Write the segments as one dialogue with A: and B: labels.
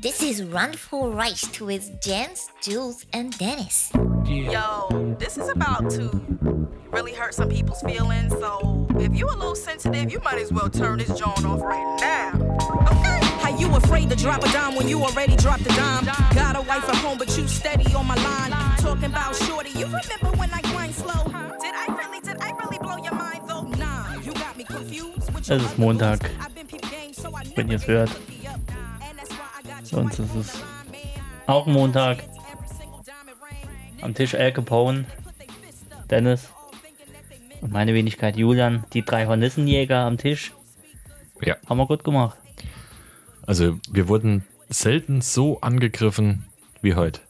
A: This is Run for Rice with Jens, Jules, and Dennis.
B: Yo, this is about to really hurt some people's feelings. So if you a little sensitive, you might as well turn this joint off right now. Okay.
C: How you afraid to drop a dime when you already dropped a dime? Got a wife at home, but you steady on my line. Talking about shorty, you remember when I grind slow? Did I really, did I really blow your mind though? Nah, you got me confused. with your
D: Es
C: other moves.
D: ist Montag,
C: I've been peep game, so I
D: wenn
C: never
D: ihr's
C: gave
D: hört.
C: a cookie up. And that's why I got you
D: Sonst
C: right
D: ist
C: on
D: es
C: the line, man.
D: Auch Montag
C: Every single diamond ring.
D: am Tisch Al Capone,
C: Put they fist up,
D: Dennis
C: all thinking that they meant
D: und meine Wenigkeit Julian, die drei Hornissenjäger am Tisch.
E: Ja,
D: Haben wir gut gemacht.
E: also wir wurden selten so angegriffen wie heute.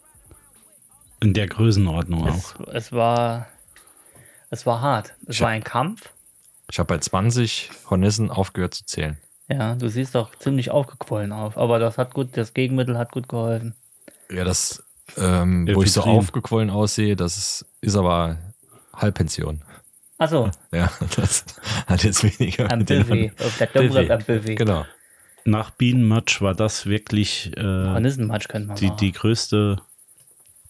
F: In der Größenordnung auch.
D: Es, es war es war hart. Es war ein Kampf.
E: Ich habe bei 20 Hornissen aufgehört zu zählen.
D: Ja, du siehst doch ziemlich aufgequollen auf, aber das hat gut, das Gegenmittel hat gut geholfen.
E: Ja, das, ähm, wo ich so
F: Ephedrin.
E: aufgequollen aussehe, das ist, ist aber Halbpension.
D: Achso,
E: Ja, das hat jetzt weniger
D: am
E: mit den
D: Buffet,
E: Horn-
D: auf der Dobrik
E: Buffet.
D: am Buffet.
E: Genau.
F: Nach Bienenmatch war das wirklich äh,
D: Hornissenmatsch könnte man
F: die,
D: machen.
F: die, größte,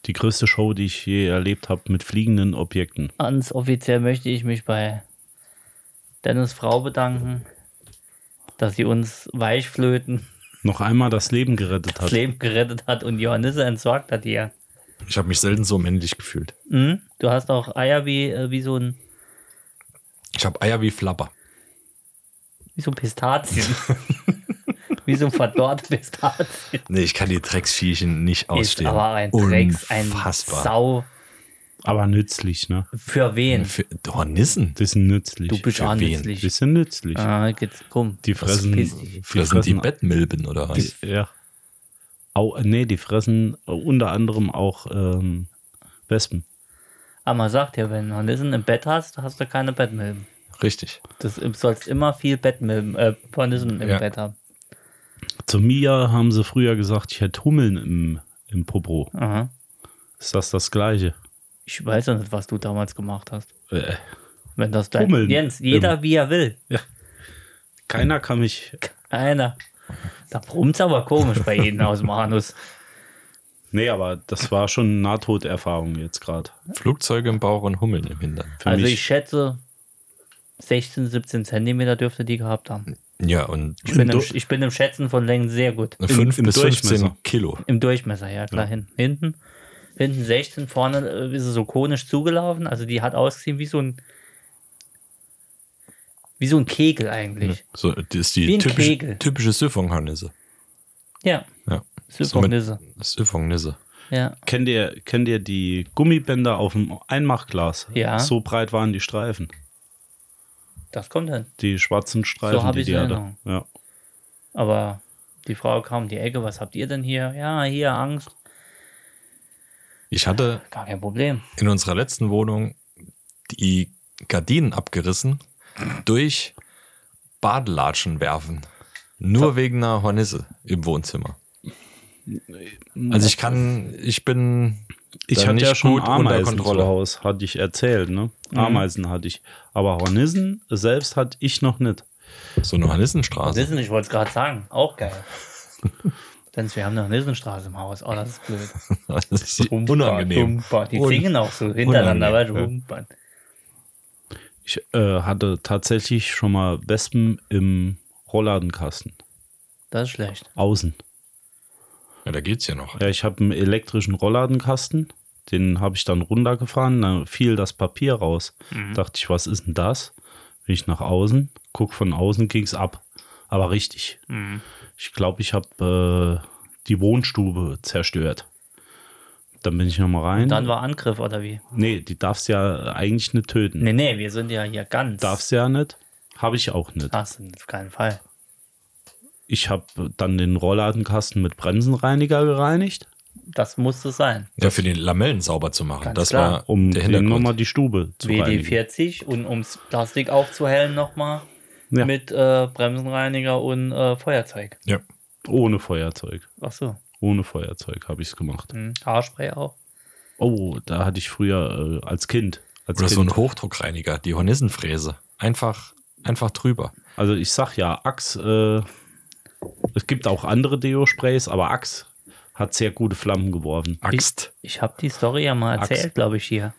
F: die größte Show, die ich je erlebt habe mit fliegenden Objekten.
D: Ganz offiziell möchte ich mich bei Dennis Frau bedanken, dass sie uns Weichflöten
F: Noch einmal das Leben gerettet
D: das
F: hat.
D: Leben gerettet hat und Johannisse entsorgt hat hier.
E: Ich habe mich selten so männlich gefühlt.
D: Hm? Du hast auch Eier wie, äh, wie so ein
E: Ich habe Eier wie Flapper.
D: wie so Pistazien. wie so verdorrte Pistazien.
E: Nee, ich kann die Drecksviechchen nicht
D: Ist
E: ausstehen.
D: aber ein Drecks, ein
E: Unfassbar.
D: Sau.
F: Aber nützlich, ne?
D: Für wen?
E: Für Hornissen?
F: Das sind nützlich.
D: Du bist
E: für wen?
F: Die
D: anwendlich.
F: sind nützlich.
D: Ah, geht's rum.
F: Die
E: Was
F: fressen.
D: piss
E: fressen, fressen die Bettmilben oder was?
F: Die, ja. Au, nee, die fressen äh, unter anderem auch ähm, Wespen.
D: Aber man sagt ja, wenn du Hornissen im Bett hast, hast du keine Bettmilben.
E: Richtig.
D: Das du sollst immer viel Bettmilben, äh, Hornissen im
E: Ja.
D: Bett haben.
F: Zu Mia haben sie früher gesagt, ich hätte Hummeln im, im Popo.
D: Aha.
F: Ist das das Gleiche?
D: Ich weiß ja nicht, was du damals gemacht hast.
F: Äh,
D: Wenn das dein
F: Hummeln
D: Jens, jeder wie er will.
F: keiner kann mich.
D: Einer. Da brummt's aber komisch bei jedem aus dem Anus.
F: Nee, aber das war schon eine Nahtoderfahrung jetzt gerade.
E: Flugzeuge im Bauch und Hummeln im Hintern.
F: Für
D: Also
F: mich.
D: ich schätze, 16, 17 Zentimeter dürfte die gehabt haben.
E: Ja, und
D: Ich bin, im,
F: Du-
D: ich bin im Schätzen von Längen sehr gut.
E: 5
F: im
E: bis 15
F: Durchmesser.
E: Kilo.
D: Im Durchmesser, ja klar, hin- hinten. Hinten 16, vorne äh, ist sie so konisch zugelaufen. Also die hat ausgesehen wie so ein wie so ein Kegel eigentlich.
E: So, das ist
D: Wie
E: die
D: ein
E: typische,
D: Kegel.
E: typische Siphonhornisse.
D: Ja,
E: Ja.
D: Symphonisse.
E: Siphonnisse.
D: Ja.
F: Kennt ihr, kennt ihr die Gummibänder auf dem Einmachglas?
D: Ja.
F: So breit waren die Streifen.
D: Das kommt hin.
F: Die schwarzen Streifen,
D: hab genau.
F: die
D: ich's
F: die
D: in
F: hatte.
D: Erinnerung.
F: Ja.
D: Aber die Frau kam um die Ecke, was habt ihr denn hier? Ja, hier Angst.
E: Ich hatte
D: Gar kein Problem.
E: in unserer letzten Wohnung die Gardinen abgerissen durch Badelatschen werfen. Nur wegen einer Hornisse im Wohnzimmer. Also ich kann, ich bin
F: Ich
E: da
F: hatte ja
E: nicht
F: schon
E: gut unter
F: Ameisen zu
E: Kontrolle.
F: Hause, hatte ich erzählt, ne? Ameisen hatte ich. Aber Hornissen selbst hatte ich noch nicht.
E: So eine Hornissenstraße.
D: Nissen, ich wollte es gerade sagen. Auch geil. Denn wir haben eine Nissenstraße im Haus. Oh, das ist blöd.
E: Das ist so
D: Humpa,
E: unangenehm.
D: Humpa. Die
E: Un-
D: singen auch so hintereinander, weil
E: unangenehm,
D: Humpa.
F: Ich äh, hatte tatsächlich schon mal Wespen im Rollladenkasten.
D: Das ist schlecht.
F: Außen.
E: Ja, da geht's ja noch.
F: Ja, ich habe einen elektrischen Rollladenkasten. Den habe ich dann runtergefahren. Da fiel das Papier raus. Dachte ich, was ist denn das? Bin ich nach außen, guck von außen, ging's ab. Aber richtig. Ich glaube, ich habe äh, die Wohnstube zerstört. Dann bin ich nochmal rein.
D: Dann war Angriff, oder wie?
F: nee, die darfst ja eigentlich nicht töten.
D: Nee, nee, wir sind ja hier ganz.
F: Darfst ja nicht. Habe ich auch nicht.
D: Das auf keinen Fall.
F: Ich habe dann den Rollladenkasten mit Bremsenreiniger gereinigt,
D: Das musste sein.
E: Ja, für die Lamellen sauber zu machen.
D: Ganz
E: das
D: klar.
E: war
F: um
E: der
F: den nochmal
E: Hintergrund.
F: die Stube zu reinigen.
D: WD-40 und ums Plastik aufzuhellen nochmal
F: Ja.
D: mit äh, Bremsenreiniger und äh, Feuerzeug.
E: Ja.
F: Ohne Feuerzeug.
D: Ach so.
F: Ohne Feuerzeug habe ich es gemacht.
D: Hm. Haarspray auch.
F: Oh, da hatte ich früher äh, als Kind. Als
E: Oder
F: kind.
E: so ein Hochdruckreiniger, die Hornissenfräse. Einfach, einfach drüber.
F: also ich sag ja, Axe, Es gibt auch andere Deo-Sprays, aber Axe hat sehr gute Flammen geworfen.
E: Axt.
D: Ich habe die Story ja mal
F: Axt.
D: erzählt, glaube ich, hier.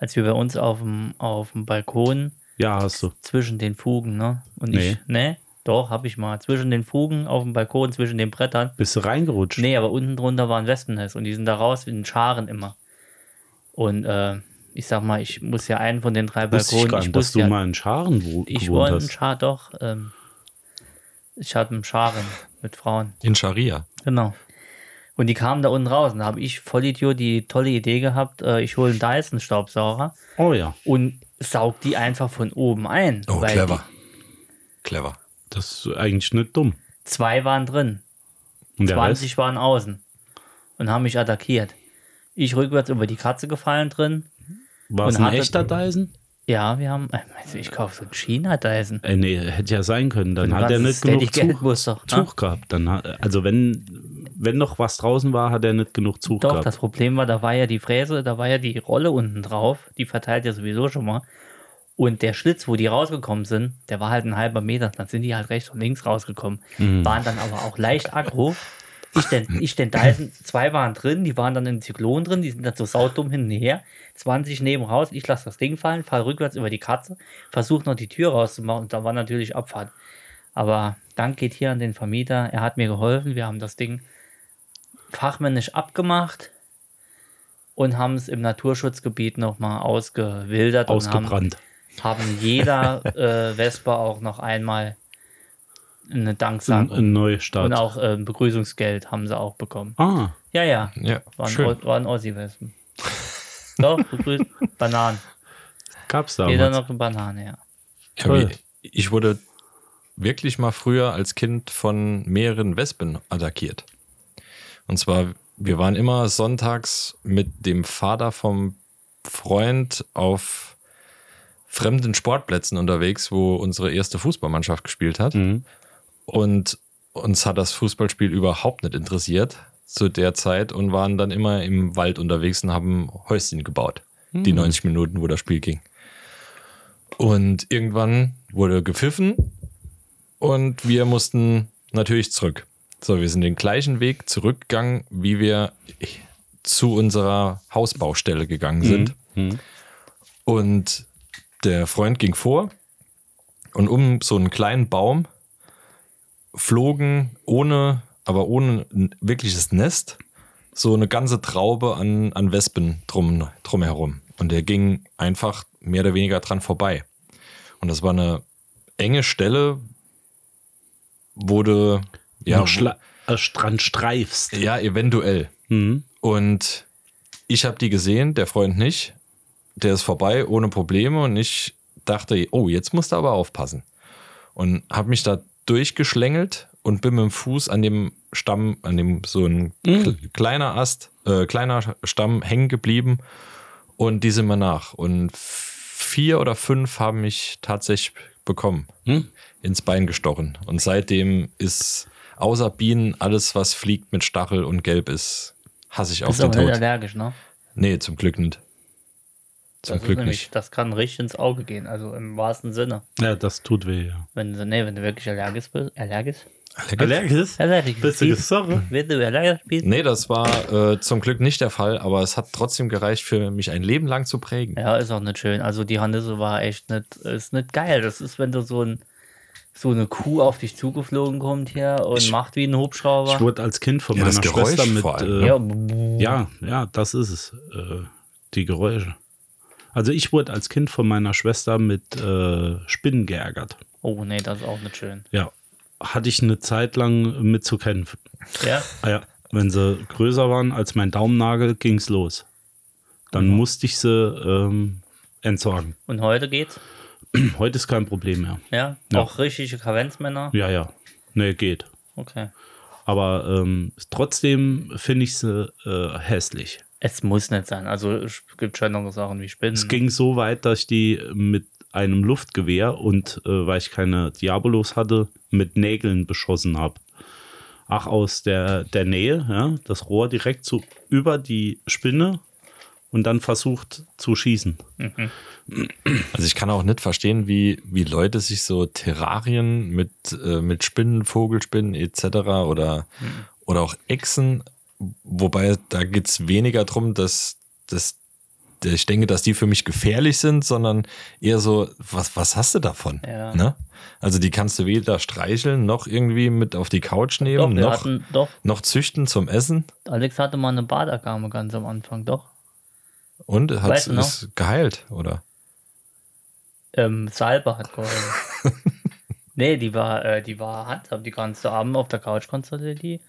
D: Als wir bei uns auf dem, auf dem Balkon
F: Ja, hast du.
D: zwischen den Fugen, ne? Und
F: Nee.
D: ich, ne? Doch, habe ich mal. Zwischen den Fugen, auf dem Balkon, zwischen den Brettern.
F: Bist du reingerutscht?
D: Nee, aber unten drunter waren Wespennest und die sind da raus in Scharen immer. Und äh, ich sag mal, ich muss ja einen von den drei
F: Wusste ich
D: Balkonen.
F: gar
D: ich
F: nicht, dass
D: wusste
F: du
D: ja,
F: mal in Scharen wo,
D: ich
F: gewohnt
D: wollte einen
F: hast.
D: Schar doch. Ähm, ich hatte einen Scharen mit Frauen.
E: In Scharia.
D: Genau. Und die kamen da unten raus. Und da habe ich Vollidiot die tolle Idee gehabt, äh, ich hole einen Dyson-Staubsauger
F: Oh ja,
D: und saug die einfach von oben ein.
E: Oh,
D: Weil
E: clever. Clever.
F: das ist eigentlich nicht dumm.
D: die- Zwei waren drin.
F: Und der Rest?
D: 20 waren außen und haben mich attackiert. Ich rückwärts über die Katze gefallen drin.
F: War es
D: und
F: ein
D: hatte-
F: echter Dyson?
D: Ja, wir haben. Also ich kaufe so einen China-Dyson.
F: Äh, nee, hätte ja sein können. Dann hat er
D: was
F: nicht
D: ist denn
F: genug
D: die
F: Zug,
D: Geldmuster, ne?
F: Zug gehabt. Dann hat, also wenn, wenn noch was draußen war, hat er nicht genug Zug
D: Doch, das
F: gehabt.
D: Problem war, da war ja die Fräse, da war ja die Rolle unten drauf. Die verteilt ja sowieso schon mal. Und der Schlitz, wo die rausgekommen sind, der war halt ein halber Meter. Dann sind die halt rechts und links rausgekommen. Waren dann aber auch leicht aggro. Ich denn, ich denn Dyson, zwei waren drin, die waren dann im Zyklon drin, die sind dann so saudumm hin und her. 20 neben raus, ich lasse das Ding fallen, fall rückwärts über die Katze, versuche noch die Tür rauszumachen und da war natürlich Abfahrt. Aber Dank geht hier an den Vermieter, er hat mir geholfen, wir haben das Ding fachmännisch abgemacht und haben es im Naturschutzgebiet nochmal ausgewildert und haben
F: Ausgebrannt.
D: haben jeder äh, Vespa auch noch einmal eine
F: Ein,
D: Danksagung
F: ein
D: und
F: Neustart.
D: auch äh, Begrüßungsgeld haben sie auch bekommen.
F: Ah,
D: Ja, ja,
E: Ja,
D: waren,
E: schön.
D: Au- waren Ossi-Wespen. Doch, begrüßt, Bananen.
F: gab's
D: Jeder
F: damals.
D: noch eine Banane, ja.
E: Ja,
D: toll.
E: wie- ich wurde wirklich mal früher als Kind von mehreren Wespen attackiert. Und zwar, wir waren immer sonntags mit dem Vater vom Freund auf fremden Sportplätzen unterwegs, wo unsere erste Fußballmannschaft gespielt hat. Und uns hat das Fußballspiel überhaupt nicht interessiert zu der Zeit und waren dann immer im Wald unterwegs und haben Häuschen gebaut. Die 90 Minuten, wo das Spiel ging. Und irgendwann wurde gepfiffen und wir mussten natürlich zurück. So, wir sind den gleichen Weg zurückgegangen, wie wir zu unserer Hausbaustelle gegangen sind. Und der Freund ging vor und um so einen kleinen Baum flogen ohne, aber ohne ein wirkliches Nest, so eine ganze Traube an, an Wespen drum, drumherum. Und der ging einfach mehr oder weniger dran vorbei. Und das war eine enge Stelle, wurde ja,
F: noch schla äh, dran streifst.
E: ja eventuell. Und ich habe die gesehen, der Freund nicht. Der ist vorbei ohne Probleme und ich dachte, oh, jetzt musst du aber aufpassen. Und habe mich da durchgeschlängelt und bin mit dem Fuß an dem Stamm, an dem so ein
D: Mhm.
E: kl- kleiner Ast, äh, kleiner Stamm hängen geblieben und die sind mir nach. Und vier oder fünf haben mich tatsächlich bekommen,
D: Mhm.
E: ins Bein gestochen. Und seitdem ist außer Bienen alles, was fliegt mit Stachel und gelb ist, hasse ich auf
D: Ist
E: den
D: aber nicht
E: Tod.
D: allergisch, ne?
E: Nee, zum Glück nicht. Zum
D: Das, ist
E: Glück
D: nämlich,
E: nicht.
D: das kann richtig ins Auge gehen, also im wahrsten Sinne.
F: Ja, das tut weh, ja.
D: Wenn du, nee, wenn du wirklich allergisch bist, allergisch, Also
F: Allergisch?
D: allergisch
F: Bist du gesorgt?
D: wenn du allergisch bist,
E: Nee, das war äh, zum Glück nicht der Fall, aber es hat trotzdem gereicht, für mich ein Leben lang zu prägen.
D: Ja, ist auch nicht schön. Also die Hornisse war echt nicht, ist nicht geil. Das ist, wenn du so ein so eine Kuh auf dich zugeflogen kommt hier und macht wie ein
F: Ich
D: Hubschrauber.
F: wurde als Kind von
E: Ja, das
F: meiner
E: Geräusch
F: Schwester mit.
E: vor allem.
F: Äh,
D: Ja,
F: ja.
D: buh.
F: ja, das ist es. Äh, die Geräusche. Also ich wurde als Kind von meiner Schwester mit äh, Spinnen geärgert.
D: Oh nee, das ist auch nicht schön.
F: Ja. Hatte ich eine Zeit lang mit zu kämpfen.
D: Ja,
F: Ah ja, wenn sie größer waren als mein Daumennagel, ging's los. Dann musste ich sie ähm, entsorgen.
D: und heute geht's.
F: Heute ist kein Problem mehr.
D: Ja,
F: Ja.
D: auch richtige Kavenzmänner.
F: Ja, ja. Nee, geht.
D: Okay.
F: Aber ähm, trotzdem finde ich sie äh, hässlich.
D: Es muss nicht sein. Also es gibt schönere Sachen wie Spinnen.
F: Es ging so weit, dass ich die mit einem Luftgewehr und äh, weil ich keine Diabolos hatte, mit Nägeln beschossen habe. Ach, aus der, der Nähe, ja, das Rohr direkt so über die Spinne und dann versucht zu schießen.
E: Also ich kann auch nicht verstehen, wie, wie Leute sich so Terrarien mit, äh, mit Spinnen, Vogelspinnen etc. oder,
D: Mhm.
E: oder auch Echsen, wobei da geht es weniger darum, dass, dass dass ich denke, dass die für mich gefährlich sind, sondern eher so, was, was hast du davon?
D: Ja.
E: Ne? Also die kannst du weder streicheln, noch irgendwie mit auf die Couch
D: Doch,
E: nehmen,
D: wir
E: noch,
D: hatten, doch,
E: noch züchten zum Essen.
D: Alex hatte mal eine Badagame ganz am Anfang, doch.
E: Und hat
D: Weißt du noch?
E: es geheilt, oder?
D: Ähm, Salbe hat geholfen. nee, die war, äh, die war handsam. Die kannst du abends auf der Couch konntest du die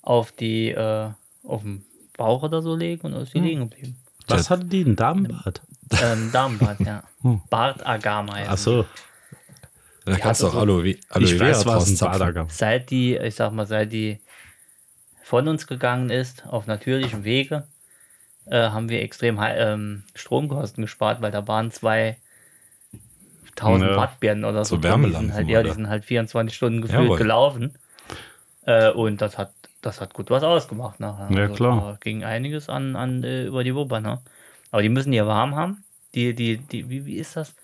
D: auf die, äh, auf den Bauch oder so legen und dann
F: Hm.
D: ist die liegen geblieben.
F: Was hatte die? Ein Damenbart?
D: Ähm, Damenbart, ja. Bartagama heißt
F: Hm. Ach so.
E: Da kannst du auch
D: also
E: Aloe, Aloe
F: Ich
E: Vera
F: weiß, was
E: draus
F: ein
E: zapfen.
F: Bader gab.
D: seit die, ich sag mal, seit die von uns gegangen ist, auf natürlichem Wege, äh, haben wir extrem hei- ähm, Stromkosten gespart, weil da waren zwei 1000
F: Ja.
D: Wattbirnen oder so.
E: So
D: drin. die
E: Wärmelampen,
D: sind halt, ja, die
E: oder?
D: sind halt 24 Stunden gefühlt
E: Jawohl.
D: gelaufen. Äh, und das hat, das hat gut was ausgemacht nachher. Also
F: Ja, klar.
D: da ging einiges an, an äh, über die Wupper, ne? Aber die müssen ja warm haben. Die, die, die, wie, wie ist das?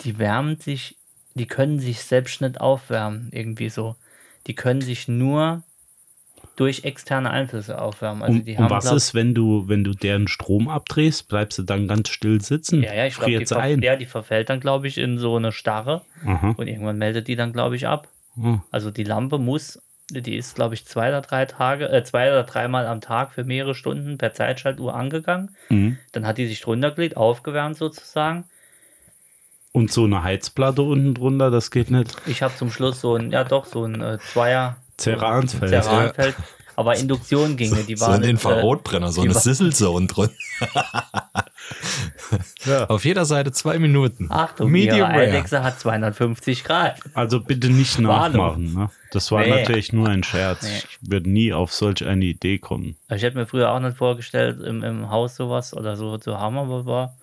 D: die wärmen sich, die können sich selbst nicht aufwärmen, irgendwie so. Die können sich nur durch externe Einflüsse aufwärmen. Also
F: Und,
D: die
F: und
D: haben
F: Um- was
D: glaub-
F: ist, wenn du, wenn du deren Strom abdrehst, bleibst du dann ganz still sitzen?
D: Ja, ja, ich glaube, die,
F: Friert's
D: ver-
F: ein.
D: ja, die verfällt dann, glaube ich, in so eine Starre
F: Aha.
D: und irgendwann meldet die dann, glaube ich, ab.
F: Hm.
D: Also die Lampe muss, die ist, glaube ich, zwei oder drei Tage, äh, zwei oder dreimal am Tag für mehrere Stunden per Zeitschaltuhr angegangen.
F: Mhm.
D: Dann hat die sich drunter gelegt, aufgewärmt sozusagen.
F: Und so eine Heizplatte unten drunter, das geht nicht.
D: Ich habe zum Schluss so ein, ja doch, so ein äh, Zweier,
F: Zerransfeld.
D: Zerranfeld. Aber Induktion ginge, die
E: So
D: waren. äh,
E: ein Infrarotbrenner, so
D: die
E: eine
D: war-
E: Sisselzone drin.
F: Ja.
E: Auf jeder Seite zwei Minuten.
D: Achtung, Medium ihre Alexa hat 250 Grad.
F: Also bitte nicht
D: Warnung.
F: nachmachen. Ne? Das war
D: Nee.
F: natürlich nur ein Scherz.
D: Nee.
F: Ich würde nie auf solch eine Idee kommen.
D: Also Ich hätte mir früher auch nicht vorgestellt, im, im Haus sowas oder so zu haben, aber war,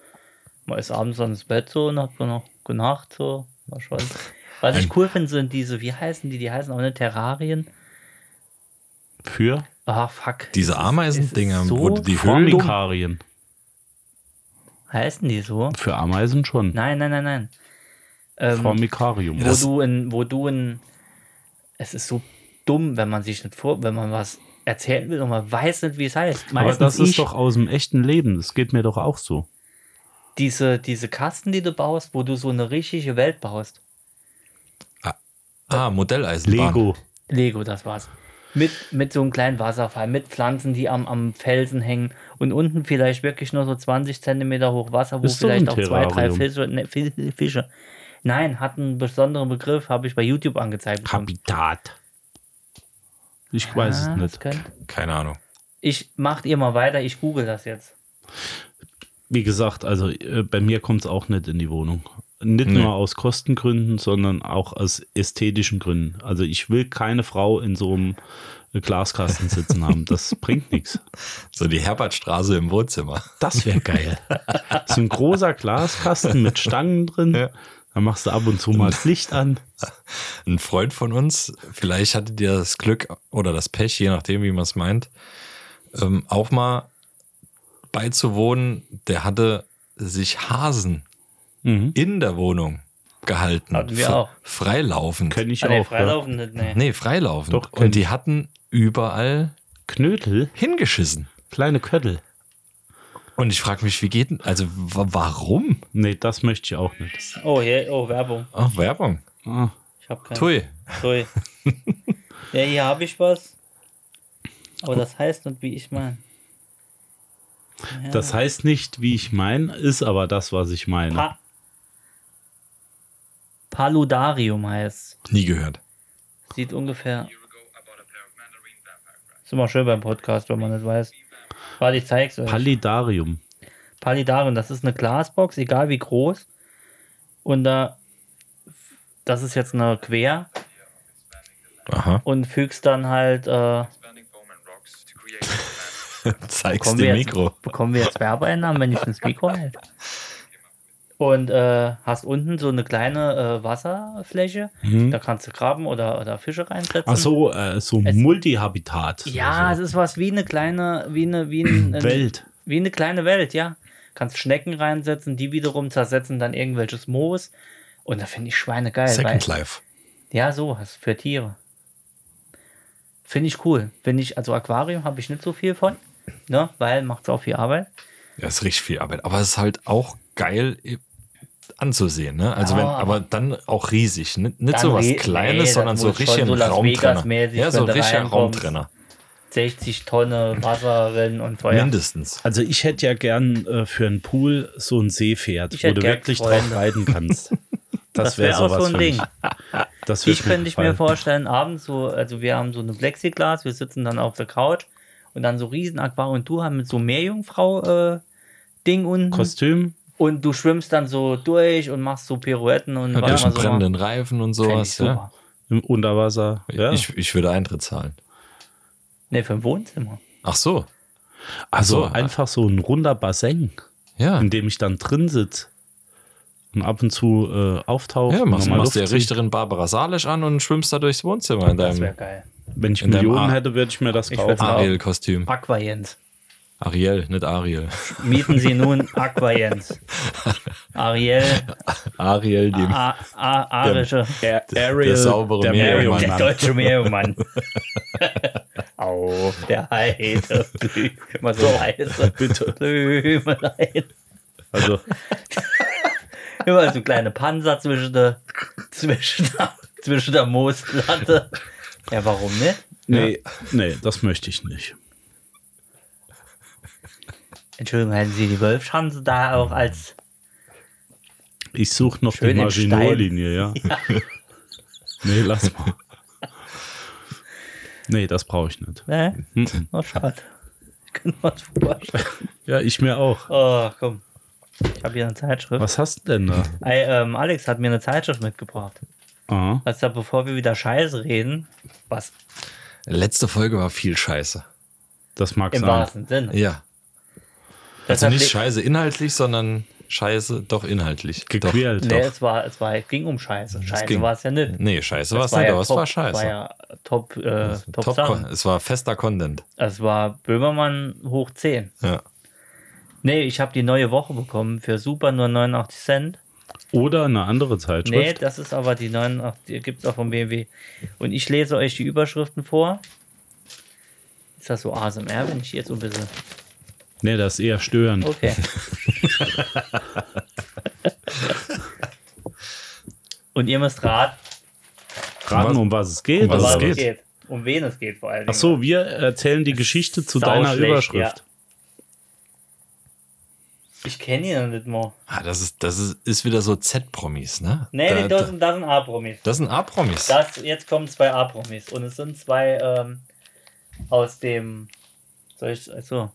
D: man ist abends dann ins Bett so und hat dann noch genacht, so, was weiß. Was ich cool finde, sind diese, wie heißen die? Die heißen auch nicht Terrarien.
F: Für
D: Ah, fuck.
E: Diese Ameisendinger,
D: Es ist so
E: wo du die Höhlen.
F: Formikarien.
D: heißen die so?
F: Für Ameisen schon.
D: Nein, nein, nein, nein. Ähm,
F: Formikarium.
D: wo du in, wo du in, es ist so dumm, wenn man sich nicht vor, wenn man was erzählen will und man weiß nicht, wie es heißt.
F: Aber
D: Meistens
F: das
D: ich,
F: ist doch aus dem echten Leben. Das geht mir doch auch so.
D: diese, diese Kasten, die du baust, wo du so eine richtige Welt baust.
E: Ah, Modelleisenbahn.
F: Lego.
D: Lego, das war's. Mit, mit so einem kleinen Wasserfall, mit Pflanzen, die am, am Felsen hängen und unten vielleicht wirklich nur so 20 Zentimeter hoch Wasser, wo
F: Ist so
D: vielleicht
F: ein
D: auch zwei, drei
F: Terrarium.
D: Fische, ne, Fi- Fische. Nein, hat einen besonderen Begriff, habe ich bei YouTube angezeigt. bekommen.
F: Habitat. Ich weiß
D: Ah,
F: es
D: das
F: nicht.
D: könnte-
E: Keine Ahnung.
D: Ich macht ihr mal weiter, ich google das jetzt.
F: Wie gesagt, also äh, bei mir kommt es auch nicht in die Wohnung. Nicht
E: Nee.
F: nur aus Kostengründen, sondern auch aus ästhetischen Gründen. Also ich will keine Frau in so einem äh, Glaskasten sitzen haben. Das bringt nichts.
E: So die Herbertstraße im Wohnzimmer.
F: Das wäre geil. so ein großer Glaskasten mit Stangen drin.
E: Ja.
F: Da machst du ab und zu mal das Licht an.
E: Ein Freund von uns, vielleicht hattet ihr das Glück oder das Pech, je nachdem, wie man es meint, ähm, auch mal beizuwohnen, der hatte sich Hasen
F: Mhm.
E: in der Wohnung gehalten.
D: Hatten wir
E: Fre-
D: auch.
E: Freilaufend.
F: Kenn ich
D: Ah, nee,
F: auch. Ja.
D: freilaufend nicht, nee.
E: Nee, freilaufend.
F: Doch, kenn
E: Und die hatten überall
F: Knödel,
E: hingeschissen.
F: kleine Köttel.
E: Und ich frage mich, wie geht denn, also wa- warum?
F: Nee, das möchte ich auch nicht.
D: Oh, hier, oh, Werbung.
E: Ach, Werbung.
F: Ah,
D: Ich habe keine.
E: Tui.
D: Tui. ja, hier habe ich was. Aber das heißt nicht, wie ich meine.
F: Das heißt nicht, wie ich meine, ist aber das, was ich meine.
D: Pa Paludarium heißt.
E: Nie gehört.
D: Sieht ungefähr. Ist immer schön beim Podcast, wenn man das weiß. Warte, ich zeig's euch.
F: Palidarium.
D: Palidarium, das ist eine Glasbox, egal wie groß. Und da, das ist jetzt eine Quer
E: Aha.
D: und fügst dann halt, äh,
E: Zeigst
D: bekommen wir,
E: dem
D: jetzt,
E: Mikro.
D: bekommen wir jetzt Werbeeinnahmen, wenn ich ins Mikro halte. Und äh, hast unten so eine kleine äh, Wasserfläche, da kannst du Krabben oder, oder Fische reinsetzen.
F: Mhm. Ach so, äh, so Multihabitat.
D: Ja, es ist was wie eine kleine, wie eine, wie ein, ein
F: Welt.
D: wie eine kleine Welt, ja. Kannst Schnecken reinsetzen, die wiederum zersetzen dann irgendwelches Moos. Und da finde ich Schweine geil. weil-
E: Second Life.
D: ja, sowas für Tiere. Finde ich cool. Bin ich, also Aquarium habe ich nicht so viel von, ne? weil macht es auch viel Arbeit.
E: Ja, ist richtig viel Arbeit. Aber es ist halt auch geil eh, anzusehen, ne? Also wenn,
D: Ah.
E: aber dann auch riesig. N nicht
D: Dann
E: so was
D: re-
E: Kleines,
D: nee,
E: sondern
D: das
E: so
D: muss schon
E: richtig
D: so
E: ein
D: Las
E: Raumtrenner.
D: Vegas-mäßig,
E: Ja, so
D: wenn du
E: richtiger
D: reinkommst.
E: Raumtrenner.
D: 60 Tonnen Wasserrennen und Feuer.
E: Mindestens.
F: Also ich hätte ja gern äh, für einen Pool so ein Seepferd,
D: Ich
F: wo
D: hätte
F: du
D: gern
F: wirklich
D: Freunde.
F: drauf reiten kannst. Das
D: Das wär
F: wäre
D: auch
F: sowas
D: so ein
F: für
D: Ding.
F: mich. Das würd
D: Ich könnte ich mir
F: gefallen.
D: vorstellen, abends so, also wir haben so eine Plexiglas, wir sitzen dann auf der Couch und dann so riesen Aquarium du haben mit so Meerjungfrau äh, Ding unten
F: Kostüm,
D: und du schwimmst dann so durch und machst so Pirouetten und
E: Ja,
D: was
E: durch
D: man
E: einen
D: so macht.
E: brennenden Reifen und
D: Fänd ich
E: sowas. Ja.
D: super.
F: im Unterwasser. Ja.
E: Ich, ich würde Eintritt zahlen.
D: Ne, für ein Wohnzimmer.
E: Ach so.
F: also
E: so. Ah.
F: einfach so ein runder Bassin,
E: Ja.
F: in dem ich dann drin sitze und ab und zu äh, auftauche.
E: Ja, machst,
F: nochmal
E: machst der
F: Luft zieh.
E: Richterin Barbara Salisch an und schwimmst da durchs Wohnzimmer in
D: Das wäre
E: deinem
D: geil. Genau.
F: Wenn ich
E: in deinem
F: Millionen
E: Ar-
F: hätte, würde ich mir das
D: Ich
F: kaufen.
D: würd's-
E: Ariel-Kostüm.
D: Aquajens.
E: Ariel, nicht Ariel.
D: Mieten Sie nun Aquajens. Ariel,
E: Ariel, die
D: A A arische.
F: A-
E: der saubere Meerjungmann.
F: der
D: Der
F: Meerjungmann.
D: deutsche Meerjungmann. Auf der Heide. Mal so leise.
F: Bitte.
D: Blümelein.
F: Also,
D: Immer so kleine Panzer zwischen der, zwischen der, zwischen der Moosplatte. Ja, warum ne? nicht?
F: nee, nee, das möchte ich nicht.
D: Entschuldigung, hätten Sie die Wolfschanze da auch als.
F: Ich suche noch
D: Schön
F: die
D: im
F: Maginot-Linie, ja. Nee, lass mal. Nee, das brauche ich nicht.
D: Ne? Oh, schade. Ich könnte mir was vorstellen.
F: Ja, ich mir auch.
D: Oh, komm. Ich habe hier eine Zeitschrift.
F: Was hast du denn da?
D: Ey, ähm, Alex hat mir eine Zeitschrift mitgebracht.
F: Ah,
D: Also, bevor wir wieder Scheiße reden, was
E: Letzte Folge war viel Scheiße.
F: das mag
D: im
F: sein.
D: wahrsten Sinne.
E: Ja. Also
D: Deshalb
E: nicht
D: le-
E: Scheiße inhaltlich, sondern Scheiße doch inhaltlich.
F: Gequält.
D: Nee,
F: Doch.
D: es, war, es war, es ging um Scheiße. Scheiße
E: ging-
D: war es ja
E: Doch.
D: nicht.
E: Nee, Scheiße war es
D: war
E: nicht,
D: ja
E: aber es
D: top-
E: war Scheiße. Also
D: war ja top, äh, top,
E: Top
D: Sachen.
E: Con- es war fester Content.
D: Es war Böhmermann hoch 10.
E: Ja.
D: Nee, ich habe die neue Woche bekommen für super nur 89 Cent.
F: Oder eine andere Zeitschrift.
D: Nee, das ist aber die 89, die gibt es auch vom BMW. Und ich lese euch die Überschriften vor. Ist das so ASMR, wenn ich jetzt so ein bisschen.
F: Nee, das ist eher störend.
D: Okay. Und ihr müsst raten,
F: Raten, um was es geht.
E: Um was
D: um
E: es
F: oder
E: geht.
D: Um wen es geht vor allem.
F: Ach so, wir erzählen die Geschichte zu
D: Sau
F: deiner
D: schlecht,
F: Überschrift.
D: Ich kenne ihn nicht mehr.
E: Ah, das ist, das ist, ist wieder so Z-Promis, ne?
D: Nee,
E: Da-
D: nee, das
E: da,
D: sind, das sind A-Promis.
E: das sind A-Promis.
D: Das, jetzt kommen zwei A-Promis. Und es sind zwei ähm, aus dem. Soll ich. Achso.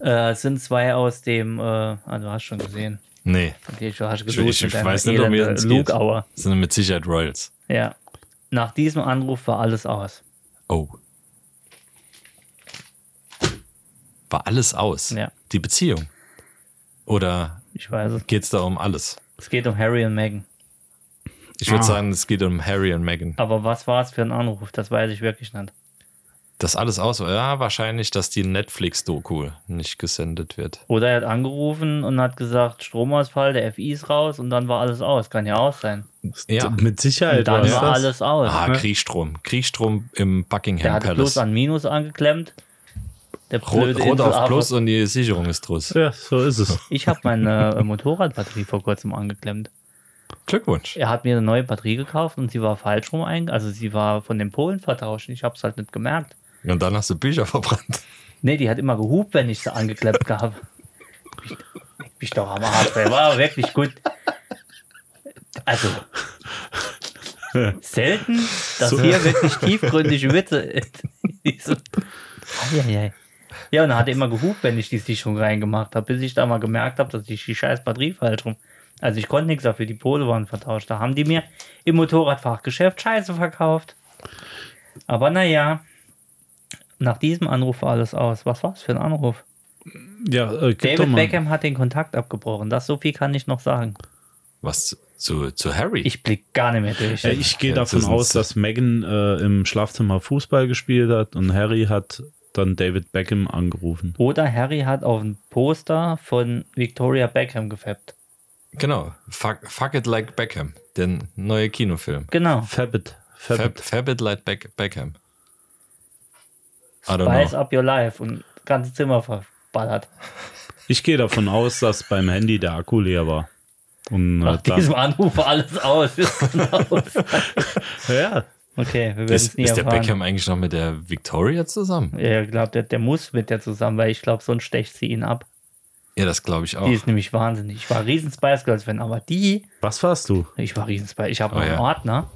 D: Äh, es sind zwei aus dem. Äh, ah, du hast schon gesehen.
E: Nee,
D: Okay, du hast
E: ich,
D: gesehen.
E: ich, ich weiß nicht, um wen es geht.
D: Lugauer.
E: Das sind mit Sicherheit Royals.
D: Ja. Nach diesem Anruf war alles aus.
E: Oh. War alles aus.
D: Ja.
E: Die Beziehung. Oder
D: Ich weiß es.
E: geht es da um alles?
D: Es geht um Harry und Meghan.
E: Ich würde
F: Ah.
E: sagen, es geht um Harry und Meghan.
D: Aber was war es für ein Anruf? Das weiß ich wirklich nicht.
E: Das alles aus. Ja, wahrscheinlich, dass die Netflix-Doku nicht gesendet wird.
D: Oder er hat angerufen und hat gesagt, Stromausfall, der FI ist raus und dann war alles aus. Kann ja auch sein.
E: Ja.
F: Mit Sicherheit
D: Und dann
F: war's
D: war
F: das.
D: alles aus.
E: Ah, Kriegstrom. Kriegstrom im
D: der
E: Buckingham
D: hat Plus
E: Palace.
D: an Minus angeklemmt. Der
E: Rot,
D: blöde
E: rot auf
D: Inselaffe.
E: Plus und die Sicherung ist draus.
F: Ja, so ist es.
D: Ich habe meine äh, Motorradbatterie vor kurzem angeklemmt.
E: Glückwunsch.
D: Er hat mir eine neue Batterie gekauft und sie war falsch rum einge... Also sie war von den Polen vertauscht. Ich habe es halt nicht gemerkt.
E: Und dann hast du Bücher verbrannt.
D: Nee, die hat immer gehupt, wenn ich sie angeklemmt habe. Ich mich doch am Arsch. Der war wirklich gut. Also, selten, dass hier wirklich tiefgründige Witze in diesem. Eieiei. Ja, und dann hat er immer gehupt, wenn ich die Sicherung reingemacht habe, bis ich da mal gemerkt habe, dass ich die scheiß Batterie falsch rum. Also ich konnte nichts dafür, die Pole waren vertauscht. Da haben die mir im Motorradfachgeschäft Scheiße verkauft. Aber naja, nach diesem Anruf war alles aus. Was war's für ein Anruf?
F: Ja, äh, gib doch
D: David
F: mal.
D: Beckham hat den Kontakt abgebrochen. Das so viel kann ich noch sagen.
E: Was zu, zu Harry?
D: Ich blick gar nicht mehr durch.
F: Äh, Ich gehe
E: Ja, das
F: davon
E: ist-
F: aus, dass Megan äh, im Schlafzimmer Fußball gespielt hat und Harry hat dann David Beckham angerufen.
D: Oder Harry hat auf ein Poster von Victoria Beckham gefappt.
E: Genau. Fuck, fuck it like Beckham. Der neue Kinofilm.
D: Genau.
F: Fabit.
E: Fab,
F: Fabit.
E: fab it like Beck, Beckham. I don't
D: Spice
E: know.
D: up your life und das ganze Zimmer verballert.
F: Ich gehe davon aus, dass beim Handy der Akku leer war. Und, äh,
D: Nach diesem Anruf war alles aus.
F: dann, ja,
D: okay, wir werden
E: Ist,
D: es nie
E: ist der
D: erfahren.
E: Beckham eigentlich noch mit der Victoria zusammen?
D: Ja, ich glaube, der, der muss mit der zusammen, weil ich glaube, sonst stecht sie ihn ab.
E: Ja, das glaube ich auch.
D: Die ist nämlich wahnsinnig. Ich war riesen Spice Girls Fan, aber die,
F: was warst du?
D: ich war riesen Spice, ich habe noch
E: Oh ja.
D: einen Ordner.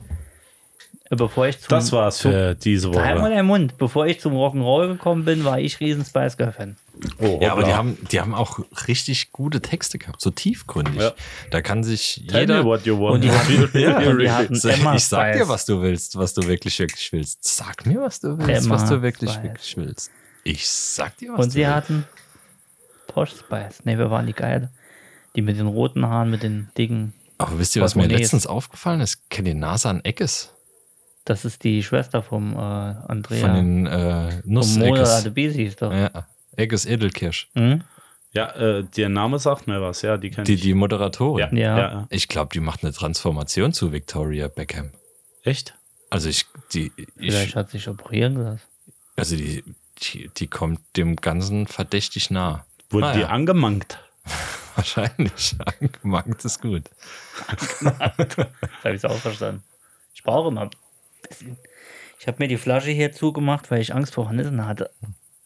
D: Bevor ich zum,
F: Das war's
D: zum,
E: äh,
F: für diese
D: Bleib mal
F: Woche.
D: im Mund. Bevor ich zum Rock'n'Roll gekommen bin, war ich riesen Spice Girl Fan.
F: Oh,
E: ja, aber die
F: hoppla.
E: haben, die haben auch richtig gute Texte gehabt, so tiefgründig.
F: Ja.
E: Da kann sich
F: Tell
E: jeder.
F: me what you want.
D: Und die hatten,
E: Ja.
D: und die hatten
E: So,
D: Emma
E: ich sag dir,
D: Spice.
E: was du willst, was du wirklich, wirklich willst. Sag mir, was du willst,
D: Emma
E: was du wirklich,
D: Spice.
E: wirklich willst. Ich sag dir, was
D: Und
E: du
D: sie
E: willst.
D: hatten Posh Spice. Ne, wir waren die geil. Die mit den roten Haaren, mit den dicken.
E: Aber wisst ihr, was mir
D: Portemonnaies.
E: letztens aufgefallen ist? Kennt ihr Nase an Eckes?
D: Das ist die Schwester vom äh, Andrea.
E: Von den äh,
D: vom Mona
E: Nuss-Eckes.
D: Adebisi ist doch.
E: Ja. Eckes Edelkirsch.
D: Hm?
F: ja äh, der Name sagt mir was, ja, die kenn
E: Die,
F: ich.
E: die Moderatorin.
D: Ja.
F: ja, ja.
E: Ich glaube, die macht eine Transformation zu Victoria Beckham.
F: Echt?
E: Also ich, die, ich
D: Vielleicht hat sie sich operieren lassen.
E: also die, die, die kommt dem Ganzen verdächtig nah.
F: Wurden die
E: Ah, ja,
F: angemankt?
E: wahrscheinlich angemangt ist gut.
D: Das habe ich auch verstanden. Ich brauche immer. Ich habe mir die Flasche hier zugemacht, weil ich Angst vor Hornissen hatte.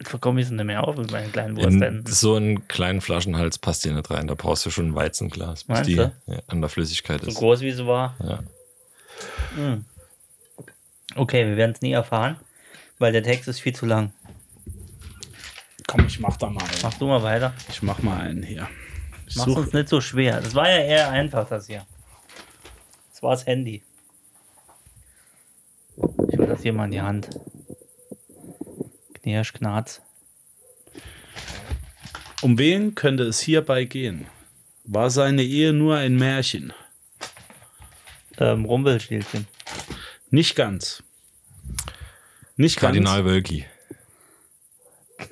D: Jetzt komme ich sie nicht mehr auf mit meinen kleinen
E: In
D: Wurstenden.
E: so einen kleinen Flaschenhals passt dir nicht rein. Da brauchst du schon ein Weizenglas, bis
D: Meinst
E: die
D: du?
E: ja, an der Flüssigkeit
D: So
E: ist.
D: groß wie sie war.
E: Ja.
D: Hm. Okay, wir werden es nie erfahren, weil der Text ist viel zu lang.
F: Komm, ich mach da mal.
D: Mach du mal weiter.
F: Ich mach mal einen hier. Ich
D: Mach's
F: such-
D: uns nicht so schwer. Das war ja eher einfach, das hier. Das war das Handy. Ich will das hier mal in die Hand. Knirsch, Knarz.
F: Um wen könnte es hierbei gehen? War seine Ehe nur ein Märchen?
D: Ähm, Rumpelstilzchen.
F: Nicht ganz. Nicht
E: Kardinal Wölki.
F: ganz.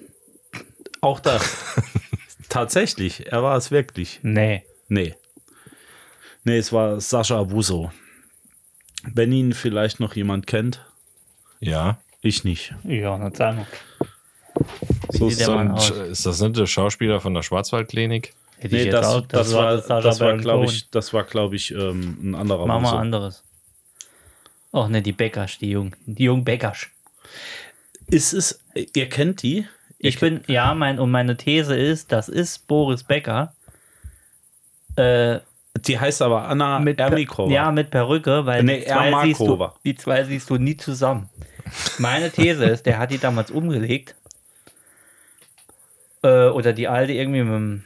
F: Auch das. Tatsächlich, er war es wirklich.
D: Nee.
F: Nee. Nee, es war Sascha Abuso. Wenn ihn vielleicht noch jemand kennt,
E: Ja.
F: ich nicht.
D: Ja, na sag mal.
F: So
D: sieht der
E: So
D: Mann
E: ein-
D: aus?
E: ist das nicht der Schauspieler von der Schwarzwaldklinik?
D: Hätte
F: Nee, das,
D: auch-
F: das, war,
D: Sacha
F: das war
D: Baron
F: glaube
D: Cohen.
F: ich, das war, glaube ich, ähm, ein anderer
D: Mach mal
F: Abuso.
D: anderes. Ach ne, die Bäckersch, die Jung. Die Jung Bäckersch.
F: Ist es, ihr kennt die?
D: Ich bin, ja, mein, und meine These ist, das ist Boris Becker. Äh,
F: Die heißt aber Anna
D: mit Per-
F: Ermikova.
D: Ja, mit Perücke, weil
F: Nee,
D: die, zwei siehst du,
F: Ermakova.
D: die zwei siehst du nie zusammen. Meine These ist, der hat die damals umgelegt. Äh, oder die alte irgendwie mit dem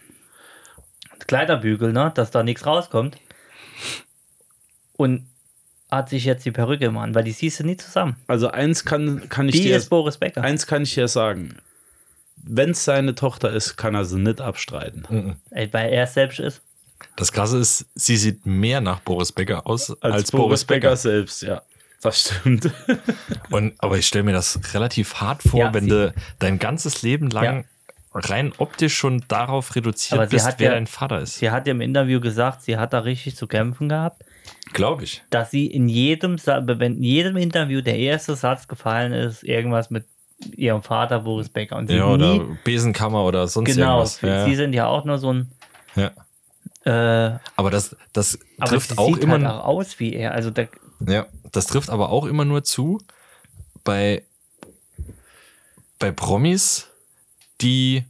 D: Kleiderbügel, ne? dass da nichts rauskommt. Und hat sich jetzt die Perücke im an, weil die siehst du nie zusammen.
F: Also eins kann, kann ich
D: Die
F: dir
D: ist Boris Becker.
F: eins kann ich dir sagen. Wenn es seine Tochter ist, kann er sie nicht abstreiten.
E: Mhm.
D: Ey, weil er es selbst ist.
E: Das Krasse ist, sie sieht mehr nach Boris Becker aus als, Boris, Becker.
F: selbst, ja. Das stimmt.
E: Und, aber ich stelle mir das relativ hart vor,
D: Ja,
E: wenn
D: sie-
E: du dein ganzes Leben lang rein optisch schon darauf reduziert
D: Aber sie
E: bist,
D: hat
E: wer
D: ja-
E: dein Vater ist.
D: Sie hat ja im Interview gesagt, sie hat da richtig zu kämpfen gehabt.
E: Glaube ich.
D: dass sie in jedem, Sa- wenn in jedem Interview der erste Satz gefallen ist, irgendwas mit ihrem Vater Boris Becker. Und sie
E: Ja, oder
D: nie,
E: Besenkammer oder sonst
D: genau,
E: irgendwas. Ja,
D: sie sind ja auch nur so ein,
E: ja.
D: äh, aber
E: Aber das, das
D: sie
E: trifft auch
D: sieht
E: immer.
D: halt auch aus wie er. Also da,
E: Ja, das trifft aber auch immer nur zu bei, bei Promis, die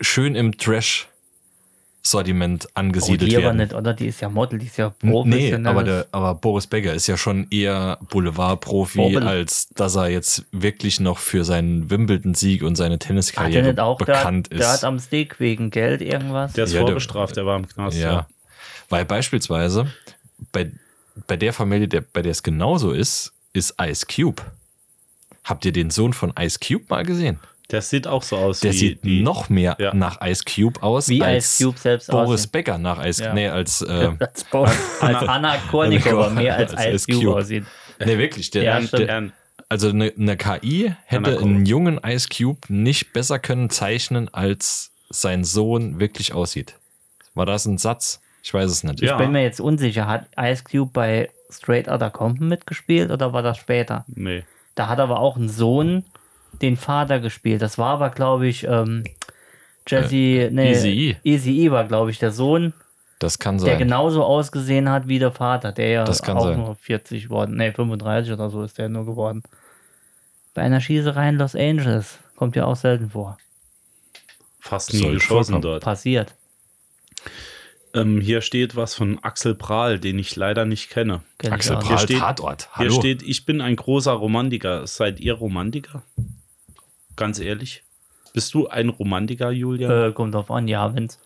E: schön im Trash-Sortiment
D: oh,
E: angesiedelt
D: die aber
E: werden.
D: nicht, ne? oder? Die ist ja Model, die ist ja
E: Nee,
D: professionell.
E: aber, der, aber Boris Becker ist ja schon eher Boulevardprofi,
D: Vorbild.
E: als dass er jetzt wirklich noch für seinen Wimbledon-Sieg und seine
D: hat der
E: Tenniskarriere
D: nicht auch, der,
E: bekannt
D: hat- der hat
E: ist.
D: am Stick wegen Geld irgendwas.
F: Der ist
E: Ja, der-
F: vorbestraft, der war im Knast.
E: ja. Weil beispielsweise bei, bei der Familie, der, bei der es genauso ist, ist Ice Cube. Habt ihr den Sohn von Ice Cube mal gesehen?
F: Der sieht auch so aus
E: Der
F: wie
E: sieht
F: die,
E: noch mehr
F: Ja.
E: nach Ice Cube aus
D: Wie
E: als
D: Ice Cube selbst
E: Boris
D: aussieht.
E: Becker nach Ice
D: Ja.
E: Nee, als äh,
D: als Anna Kornikova mehr als Ice Cube aussieht.
E: Nee, wirklich, der,
D: Ja,
E: der,
D: stimmt.
F: Er,
E: also eine, eine KI hätte einen jungen Ice Cube nicht besser können zeichnen, als sein Sohn wirklich aussieht. War das ein Satz? Ich weiß es nicht.
F: Ja.
D: Ich bin mir jetzt unsicher, hat Ice Cube bei Straight Outta Compton mitgespielt oder war das später?
F: Nee.
D: Da hat aber auch ein Sohn den Vater gespielt. Das war aber, glaube ich, ähm, Jesse,
E: Äh,
D: nee,
E: Eazy-E.
D: Eazy-E war, glaube ich, der Sohn,
E: Das kann
D: der genau-
E: sein.
D: genauso ausgesehen hat wie der Vater, der ja
E: Das kann
D: auch
E: sein.
D: nur 40 worden, nee, 35 oder so ist der nur geworden. Bei einer Schießerei in Los Angeles kommt ja auch selten vor.
F: Fast nie
E: Soll
F: geschossen
E: vorkommen.
F: dort.
D: Passiert.
F: Ähm, hier steht was von Axel Prahl, den ich leider nicht kenne.
D: Kenn ich
E: Axel
D: auch nicht.
E: Prahl,
F: Hier steht-
E: Tatort.
F: Hier
E: Hallo.
F: steht, ich bin ein großer Romantiker. Seid ihr Romantiker? Ganz ehrlich. Bist du ein Romantiker, Julia?
D: Äh, kommt drauf an, ja, wenn's.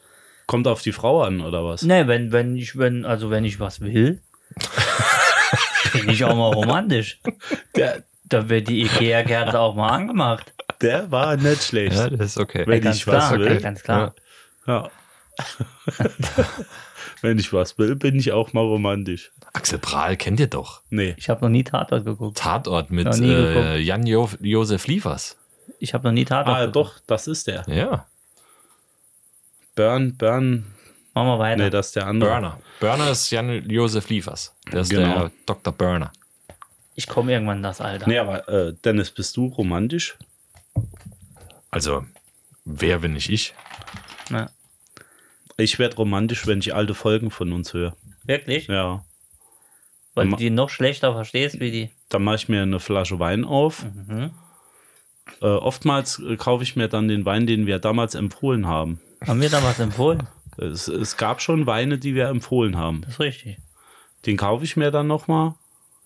F: Kommt auf die Frau an, oder was?
D: Ne, wenn, wenn ich, wenn, also wenn ich was will, bin ich auch mal romantisch.
F: Der,
D: Da wird die IKEA-Kerze auch mal angemacht.
F: der war nicht schlecht.
E: ja, das ist okay.
F: Wenn
D: ganz
F: ich was
D: klar,
F: will.
D: ganz klar.
F: Ja. Wenn ich was will, bin ich auch mal romantisch.
E: Axel Prahl kennt ihr doch.
F: Nee.
D: Ich habe noch nie Tatort geguckt.
E: Tatort mit
D: Noch nie
E: äh,
D: geguckt.
E: Jan jo Josef Liefers.
D: Ich habe noch nie Tatort
F: Ah,
D: geguckt.
F: doch, das ist der.
E: Ja.
F: Burn, Burn.
D: Machen wir weiter.
F: Ah. Nee, das ist der andere.
E: Burner. Burner ist Jan Josef Liefers. Das ist
F: Genau.
E: der Dr. Burner.
D: ich komme irgendwann in das Alter.
F: Nee, aber äh, Dennis, bist du romantisch?
E: Also, wer bin ich? Ich?
D: Ja.
F: Ich werde romantisch, wenn ich alte Folgen von uns höre.
D: Wirklich?
F: Ja.
D: Weil
F: Ma-
D: du die noch schlechter verstehst wie die.
F: Dann mache ich mir eine Flasche Wein auf. Äh, oftmals äh, kaufe ich mir dann den Wein, den wir damals empfohlen haben.
D: Haben wir da was empfohlen?
F: Es, es gab schon Weine, die wir empfohlen haben.
D: Das ist richtig.
F: Den kaufe ich mir dann nochmal,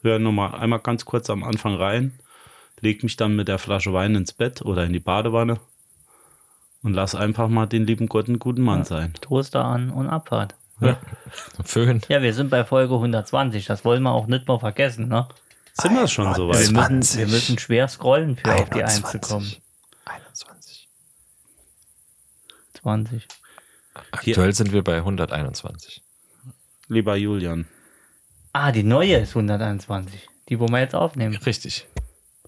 F: höre nochmal einmal ganz kurz am Anfang rein, leg mich dann mit der Flasche Wein ins Bett oder in die Badewanne und lass einfach mal den lieben Gott einen guten Mann sein.
D: Toaster an und Abfahrt.
E: Föhn.
D: Ja, wir sind bei Folge 120. Das wollen wir auch nicht mal vergessen, ne?
F: Sind wir schon soweit?
D: Wir
F: ne,
D: müssen,
E: 20.
D: wir müssen schwer scrollen, für auf die 1 zu kommen.
E: 21.
D: 20.
E: Aktuell sind wir bei 121.
F: Lieber Julian,
D: Ah, die neue ist 121. Die, wo wir jetzt aufnehmen.
E: Richtig.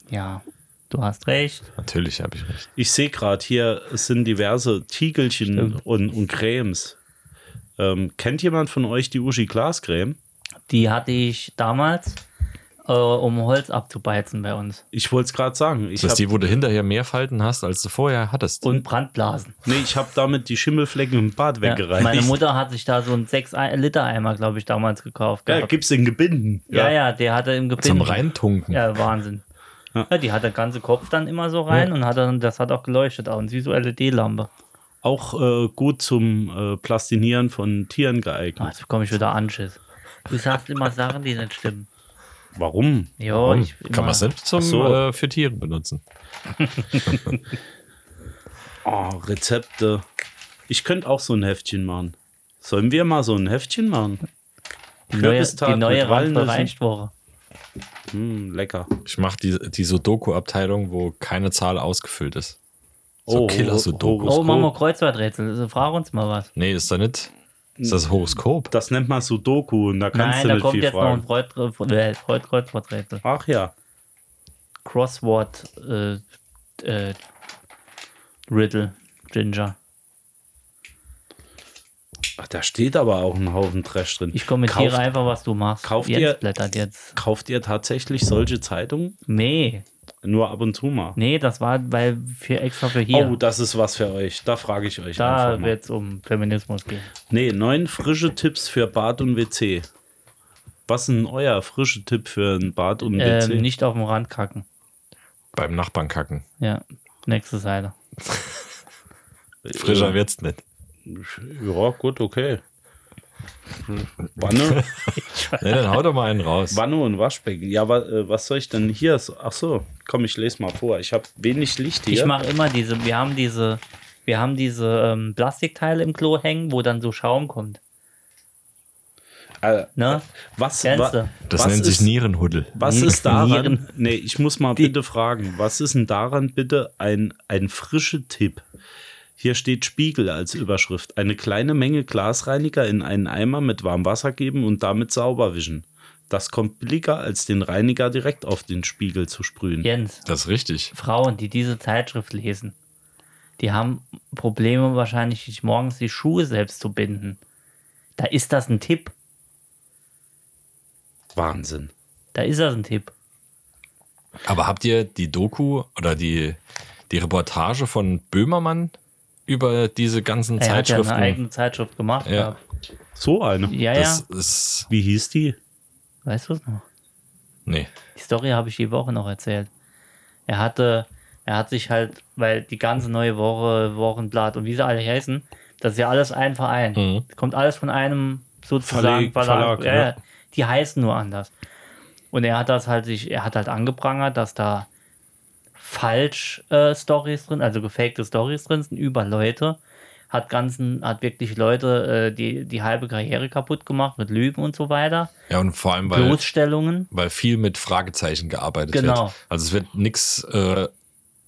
D: Ja, du hast recht.
E: Natürlich habe ich recht.
F: ich sehe gerade hier, es sind diverse Tiegelchen und, und Cremes. Ähm, kennt jemand von euch die Uschi Glascreme?
D: Die hatte ich damals, äh, um Holz abzubeizen bei uns.
F: Ich wollte es gerade sagen. Ich
E: Das ist
F: hab,
E: die, wo du hinterher mehr Falten hast, als du vorher hattest.
D: Und Brandblasen.
F: nee, ich habe damit die Schimmelflecken im Bad
D: Ja,
F: weggereinigt.
D: meine Mutter hat sich da so einen 6-Liter-Eimer, glaube ich, damals gekauft.
F: Ja,
D: gehabt.
F: gibt's in Gebinden.
D: ja, ja, der hatte im Gebinde.
E: Zum Reintunken.
D: Ja, Wahnsinn.
F: Ja.
D: Ja, die hat den ganzen Kopf dann immer so rein und hat dann, das hat auch geleuchtet, auch und wie so LED-Lampe.
F: auch äh, gut zum äh, Plastinieren von Tieren geeignet.
D: Ah, jetzt bekomme ich wieder Anschiss. Du sagst immer Sachen, die nicht stimmen.
F: Warum?
D: Jo,
E: Hm,
D: ich,
E: Kann man es
D: immer-
E: nicht zum,
F: Ach so.
E: äh, für Tiere benutzen.
F: Oh, Rezepte. Ich könnte auch so ein Heftchen machen. Sollen wir mal so ein Heftchen machen?
D: Die neue,
F: Kürbistag
D: die neue
F: mit Walnüssen.
D: Randbereichwoche.
F: Hm, lecker.
E: Ich mache die, die Sudoku-Abteilung, wo keine Zahl ausgefüllt ist. So
F: Oh,
E: Killer-Sudokus.
D: Oh,
F: Horoskop.
D: machen wir Kreuzworträtsel. Also, frag uns mal was.
E: Nee, ist da nicht. Ist das Horoskop?
F: Das nennt man Sudoku und da kannst
D: Nein, da
F: du nicht
D: kommt
F: viel
D: jetzt noch ein
F: fragen.
D: Freud, äh, Freud Kreuzworträtsel.
F: Ach ja.
D: Crossword äh, äh, Riddle Ginger.
F: Ach, da steht aber auch ein Haufen Trash drin.
D: Ich kommentiere
F: Kauft-
D: einfach, was du machst.
F: kauft
D: jetzt
F: ihr-
D: blättert jetzt.
F: Kauft ihr tatsächlich solche Zeitungen?
D: Nee,
F: Nur ab und zu mal.
D: nee, das war weil für extra für hier.
F: Oh, das ist was für euch. Da frage ich euch
D: da
F: einfach mal.
D: wird es um Feminismus gehen.
F: Nee, neun frische Tipps für Bad und WC. Was ist denn euer frische Tipp für ein Bad und WC?
D: Ähm, nicht auf dem Rand kacken.
E: Beim Nachbarn kacken.
D: Ja, nächste Seite.
E: Frischer wird's nicht.
F: Ja, gut, okay. Wanne,
E: Nee, dann hau doch mal einen raus.
F: Wanne und Waschbecken. Ja, wa, äh, was soll ich denn hier? so- Ach so, komm, ich lese mal vor. Ich habe wenig Licht hier.
D: Ich mache immer diese, wir haben diese, wir haben diese ähm, Plastikteile im Klo hängen, wo dann so Schaum kommt.
F: Äh,
D: Ne?
F: was,
D: Kennst
F: wa,
D: du?
E: Das
F: was
E: nennt sich
F: ist,
E: Nierenhuddel.
F: Was ist daran?
D: Nieren.
F: Nee, ich muss mal bitte fragen. Was ist denn daran bitte ein, ein frischer Tipp? Hier steht Spiegel als Überschrift. Eine kleine Menge Glasreiniger in einen Eimer mit warmem Wasser geben und damit sauber wischen. Das kommt billiger, als den Reiniger direkt auf den Spiegel zu sprühen.
D: Jens,
E: Das ist richtig.
D: Frauen, die diese Zeitschrift lesen, die haben Probleme wahrscheinlich, sich morgens die Schuhe selbst zu binden. Da ist das ein Tipp.
F: Wahnsinn.
D: Da ist das ein Tipp.
E: Aber habt ihr die Doku oder die, die Reportage von Böhmermann über diese ganzen
D: Er hat ja
E: Zeitschriften?
D: eine eigene Zeitschrift gemacht.
E: Ja.
D: gehabt.
F: So eine.
D: ja. ja.
E: das ist.
F: Wie hieß die?
D: Weißt du es noch?
E: Nee.
D: Die Story habe ich die Woche noch erzählt. Er hatte, er hat sich halt, weil die ganze neue Woche, Wochenblatt und wie sie alle heißen, das ist ja alles ein Verein.
E: Mhm.
D: Kommt alles von einem sozusagen
F: Verleg-
D: Verlag.
F: Verlag,
D: ja,
F: ja.
D: ja. Die heißen nur anders. Und er hat das halt sich, er hat halt angeprangert, dass da falsch äh, Stories drin, also gefakte Stories drin sind über Leute. Hat ganzen, hat wirklich Leute äh, die, die halbe Karriere kaputt gemacht mit Lügen und so weiter.
E: Ja, und vor allem, weil,
D: Bloßstellungen.
E: weil viel mit Fragezeichen gearbeitet
D: Genau.
E: wird. Also es wird nichts äh,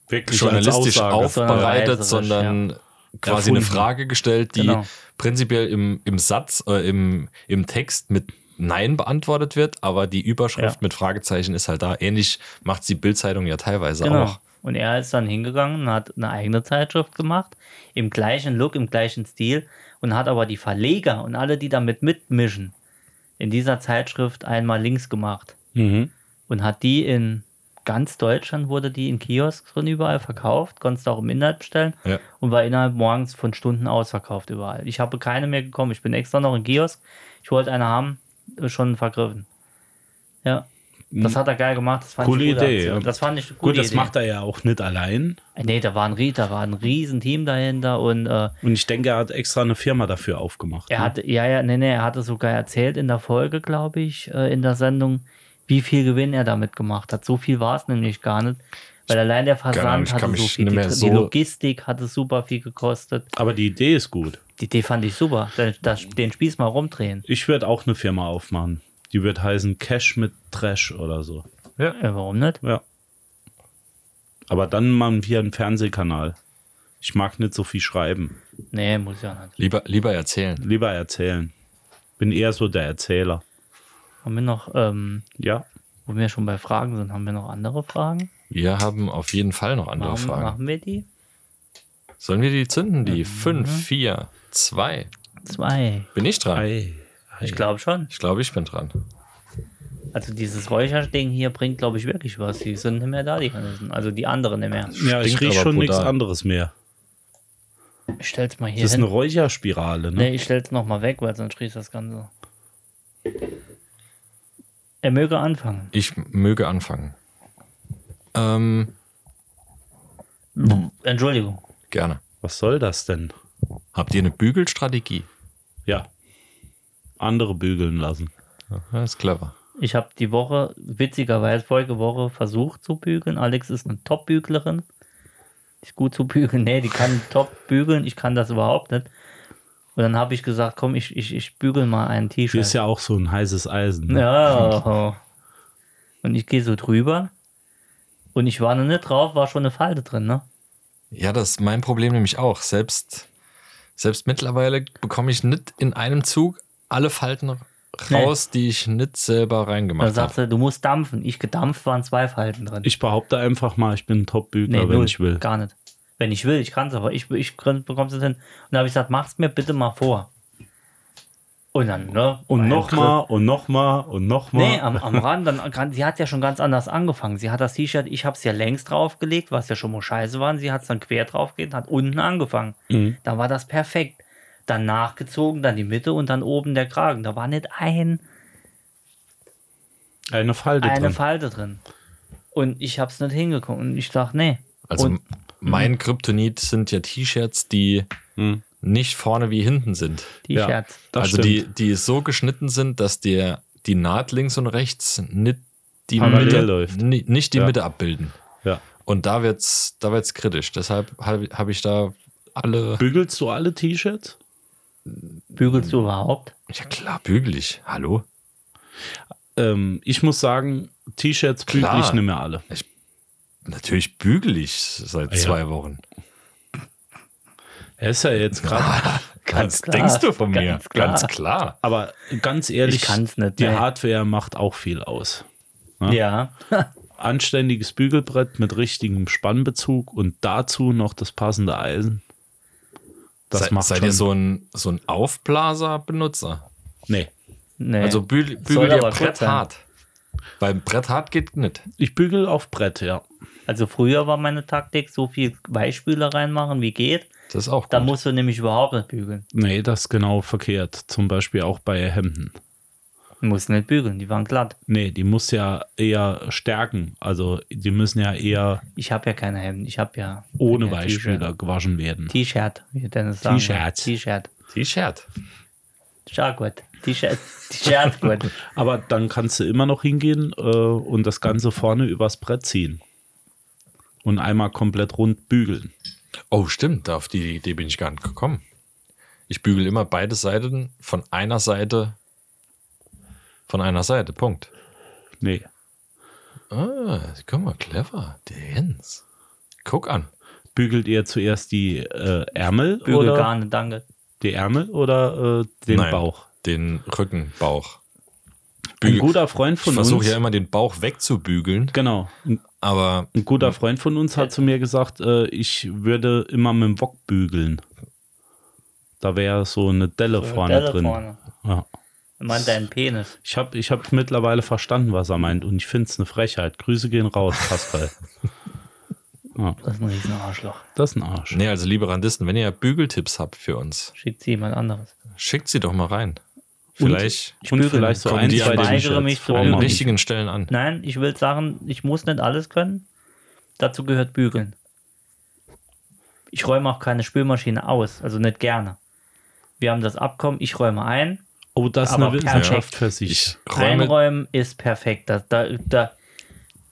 F: Wirklich
E: journalistisch
D: Sondern
E: aufbereitet,
D: reiserisch,
E: sondern quasi
F: Erfunden.
E: eine Frage gestellt, die
D: Genau.
E: prinzipiell im, im Satz, äh, im, im Text mit Nein beantwortet wird, aber die Überschrift
D: Ja.
E: mit Fragezeichen ist halt da. Ähnlich macht die Bildzeitung ja teilweise
D: Genau.
E: auch.
D: Und er ist dann hingegangen und hat eine eigene Zeitschrift gemacht, im gleichen Look, im gleichen Stil und hat aber die Verleger und alle, die damit mitmischen, in dieser Zeitschrift einmal links gemacht
F: Mhm.
D: und hat die in ganz Deutschland wurde die in Kiosks drin überall verkauft, konntest du auch im Inhalt bestellen
E: Ja.
D: und war innerhalb morgens von Stunden ausverkauft überall. Ich habe keine mehr gekommen, ich bin extra noch in Kiosk, ich wollte eine haben, äh, schon vergriffen. Ja. Das hat er geil gemacht. Das fand
F: Mhm. Coole
D: ich eine gute
F: Idee,
D: Aktion.
F: ja.
D: Das fand ich eine gute
F: Gut, das
D: Idee.
F: macht er ja auch nicht allein.
D: Äh, Nee, da war ein, Rie- da war ein Riesenteam dahinter und äh, Mhm.
F: Und ich denke, er hat extra eine Firma dafür aufgemacht.
D: er
F: ne?
D: hatte, ja, ja, nee, nee, er hatte sogar erzählt in der Folge, glaube ich, äh, in der Sendung, wie viel Gewinn er damit gemacht hat. So viel war es nämlich gar nicht, weil allein der
E: Ahnung,
D: Versand
E: ich
D: hatte
E: kann
D: so
E: mich
D: viel,
E: nicht
D: die,
E: mehr
D: die
E: so-
D: Logistik hatte super viel gekostet.
F: Aber die Idee ist gut.
D: Die Idee fand ich super, Da- das, den Spieß mal rumdrehen.
F: Ich würde auch eine Firma aufmachen. Die wird heißen Cash mit Trash oder so.
D: Ja, Äh, warum nicht?
F: Ja. Aber dann machen wir einen Fernsehkanal. Ich mag nicht so viel schreiben.
D: Nee, muss ja nicht.
E: Lieber, lieber erzählen.
F: Lieber erzählen. Bin eher so der Erzähler.
D: Haben wir noch, ähm,
F: Ja.
D: wo wir schon bei Fragen sind, haben wir noch andere Fragen?
E: Wir haben auf jeden Fall noch andere
D: Warum
E: Fragen.
D: machen wir Mhm. die?
E: Sollen wir die zünden? Die 5, 4, 2.
D: Zwei.
E: Bin ich dran?
F: Ei.
D: Ich glaube schon.
E: Ich glaube, ich bin dran.
D: Also dieses Räucherding hier bringt, glaube ich, wirklich was. Die sind nicht mehr da, die ganzen. Also die anderen nicht mehr.
F: Ja, ich
E: Stinkt
F: rieche
E: aber
F: schon nichts
E: brutal.
F: anderes mehr.
D: Ich stell's mal hier
F: Das ist eine
D: hin.
F: Räucherspirale, ne?
D: Nee, ich stell's nochmal weg, weil sonst riecht das Ganze. Er möge anfangen.
E: Ich möge anfangen. Ähm,
D: Entschuldigung.
E: gerne.
F: Was soll das denn?
E: Habt ihr eine Bügelstrategie?
F: Ja. Andere bügeln lassen.
E: Das ist clever.
D: Ich habe die Woche, witzigerweise, vorige Woche versucht zu bügeln. Alex ist eine Top-Büglerin. Die ist gut zu bügeln. Nee, die kann top bügeln. Ich kann das überhaupt nicht. Und dann habe ich gesagt, komm, ich, ich, ich bügel mal ein
F: Die ist
D: T-Shirt.
F: ja auch so ein heißes Eisen. Ne?
D: Ja. Und ich gehe so drüber. Und ich war noch nicht drauf, war schon eine Falte drin, ne?
E: Ja, das ist mein Problem nämlich auch. Selbst, selbst mittlerweile bekomme ich nicht in einem Zug alle Falten raus, die ich nicht selber
D: Da
E: reingemacht
D: sagst
E: habe.
D: du, du musst dampfen. Ich gedampft, waren zwei Falten drin.
F: Ich behaupte einfach mal, ich bin ein Top-Bügler, wenn
D: null,
F: ich will.
D: Gar nicht. Wenn ich will, ich kann es, aber ich, ich bekomme es hin. Und da habe ich gesagt, mach's mir bitte mal vor. Und dann, ne?
F: Und
D: Ein
F: nochmal und nochmal und nochmal.
D: Nee, am, am Rand, dann, kann- sie hat ja schon ganz anders angefangen. Sie hat das T-Shirt, ich habe es ja längs draufgelegt, was ja schon mal scheiße war. und Sie hat es dann quer draufgelegt und hat unten angefangen. Da war das perfekt. Dann nachgezogen, dann die Mitte und dann oben der Kragen. Da war nicht ein,
F: Eine Falte
D: eine
F: drin.
D: Falte drin. Und ich habe es nicht hingekommen. Und ich dachte, nee.
E: Also
D: und
E: mein Kryptonit sind ja T-Shirts, die nicht vorne wie hinten sind.
F: ja,
D: T-Shirts.
F: Hm. das
E: also
F: stimmt.
E: die, die so geschnitten sind, dass der, die Naht links und rechts nicht die
F: Parallel
E: Mitte,
F: läuft.
E: ni- Nicht die
F: Ja.
E: Mitte abbilden.
F: ja.
E: Und da wird's, da wird's kritisch. Deshalb habe hab ich da alle.
F: Bügelst du alle T-Shirts?
D: Bügelst du überhaupt?
E: Ja klar, bügelig. Hallo?
F: Ähm, ich muss sagen, T-Shirts bügel
E: Klar.
F: ich nicht mehr alle.
E: Natürlich
D: Ah
E: bügelig seit
F: Ja.
E: zwei Wochen.
F: Er ist ja jetzt gerade
E: Was
D: Ganz Ah, klar.
E: denkst du von mir?
D: Ganz klar.
E: Ganz klar.
F: Aber ganz ehrlich,
D: Ich kann's nicht,
F: die
D: nee.
F: Hardware macht auch viel aus.
D: Ja.
F: Anständiges Bügelbrett mit richtigem Spannbezug und dazu noch das passende Eisen. Das
E: Sei,
F: macht
E: seid
F: schon,
E: ihr so ein, so ein Aufblaser-Benutzer?
F: Nee,
D: Nee.
E: Also bügel,
D: Äh, Soll
E: bügel ihr
D: aber gut
E: Brett
D: sein.
E: hart. Beim Brett hart geht nicht.
F: ich bügel auf Brett, ja.
D: Also früher war meine Taktik, so viel Weichspüler reinmachen, wie geht.
E: Das ist auch gut.
D: Da musst du nämlich überhaupt nicht bügeln.
F: Nee, das ist genau verkehrt. Zum Beispiel auch bei Hemden.
D: Du musst nicht bügeln, die waren glatt.
F: Nee, die muss ja eher stärken. Also die müssen ja eher
D: Ich habe ja keine Hemden, ich habe ja
F: ohne
D: ja,
F: Weichspüler gewaschen werden.
D: T-Shirt, wie Dennis sagen
F: T-Shirt.
D: würde. T-Shirt.
E: T-Shirt.
D: Schau gut. T-Shirt. T-Shirt gut.
F: Aber dann kannst du immer noch hingehen äh, und das Ganze vorne übers Brett ziehen. Und einmal komplett rund bügeln.
E: Oh, stimmt. Auf die Idee bin ich gar nicht gekommen. Ich bügel immer beide Seiten von einer Seite. Von einer Seite. Punkt.
F: Nee.
E: Ah, guck mal, clever. Der Jens. Guck an.
F: Bügelt ihr zuerst die äh, Ärmel
D: Bügel
F: oder
D: gar nicht, danke.
F: die Ärmel oder äh, den
E: Nein,
F: Bauch?
E: Den Rücken, Bauch.
F: Ein
E: Bügel-
F: guter Freund
E: Ich
F: von uns.
E: versuche ja immer den Bauch wegzubügeln,
F: Genau. Ein,
E: aber
F: ein guter Freund von uns hat zu mir gesagt, äh, ich würde immer mit dem Wok bügeln. Da wäre so eine Delle vorne
D: Delle
F: drin.
D: vorne.
F: Ja.
D: Er meint deinen Penis.
F: Ich habe ich hab mittlerweile verstanden, was er meint. Und ich finde es eine Frechheit. Grüße gehen raus, Pascal.
D: Das ist ein riesen Arschloch.
F: Das ist ein Arsch.
E: nee, also liebe Randisten, wenn ihr Bügeltipps habt für uns,
D: Schickt sie jemand anderes.
E: schickt sie doch mal rein. Vielleicht
D: Ich
F: Und
D: bügel
F: vielleicht
D: nicht.
F: so
E: Kommen
F: ein,
E: die
F: zwei
E: an den
F: T-Shirts
D: Weigere mich zu
F: vorne
E: an den
D: Mann.
E: richtigen Stellen an.
D: Nein, ich will sagen, ich muss nicht alles können. Dazu gehört bügeln. Ich räume auch keine Spülmaschine aus, also nicht gerne. Wir haben das Abkommen, ich räume ein.
F: Oh, das ist
D: Aber
F: eine Wissenschaft
D: perfekt.
F: für sich.
E: Ich räume,
D: Einräumen ist perfekt. Da, da, da,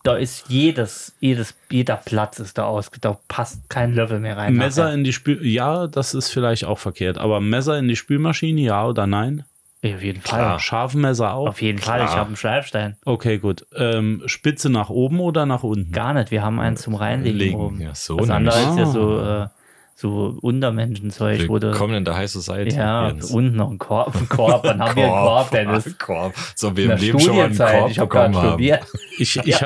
D: da ist jedes, jedes, jeder Platz ist da ausge, da passt kein Löffel mehr rein.
F: Messer in die Spül... Ja, das ist vielleicht auch verkehrt. Aber Messer in die Spülmaschine, ja oder nein?
D: Ja, auf jeden Fall.
F: Scharfen Scharfmesser auch?
D: Auf jeden Fall, ich habe einen Schleifstein.
F: Okay, gut. Ähm, Spitze nach oben oder nach unten?
D: Gar nicht, wir haben einen zum Reinlegen
E: Legen,
D: oben.
E: ja, so Ah.
D: das andere
E: nämlich.
D: ist ja so, äh, so Untermenschenzeug, wo du
E: willkommen in der High Society.
D: Ja,
E: Jens.
D: unten noch ein Korb. Ein Korb. Dann haben wir einen Korb, Dennis.
E: Korb. So wie
D: In
E: im
D: der
E: Leben schon mal einen
D: Studienzeit.
E: Korb
D: ich habe
E: bekommen
D: gerade
E: haben.
D: studiert.
F: Ich, ich,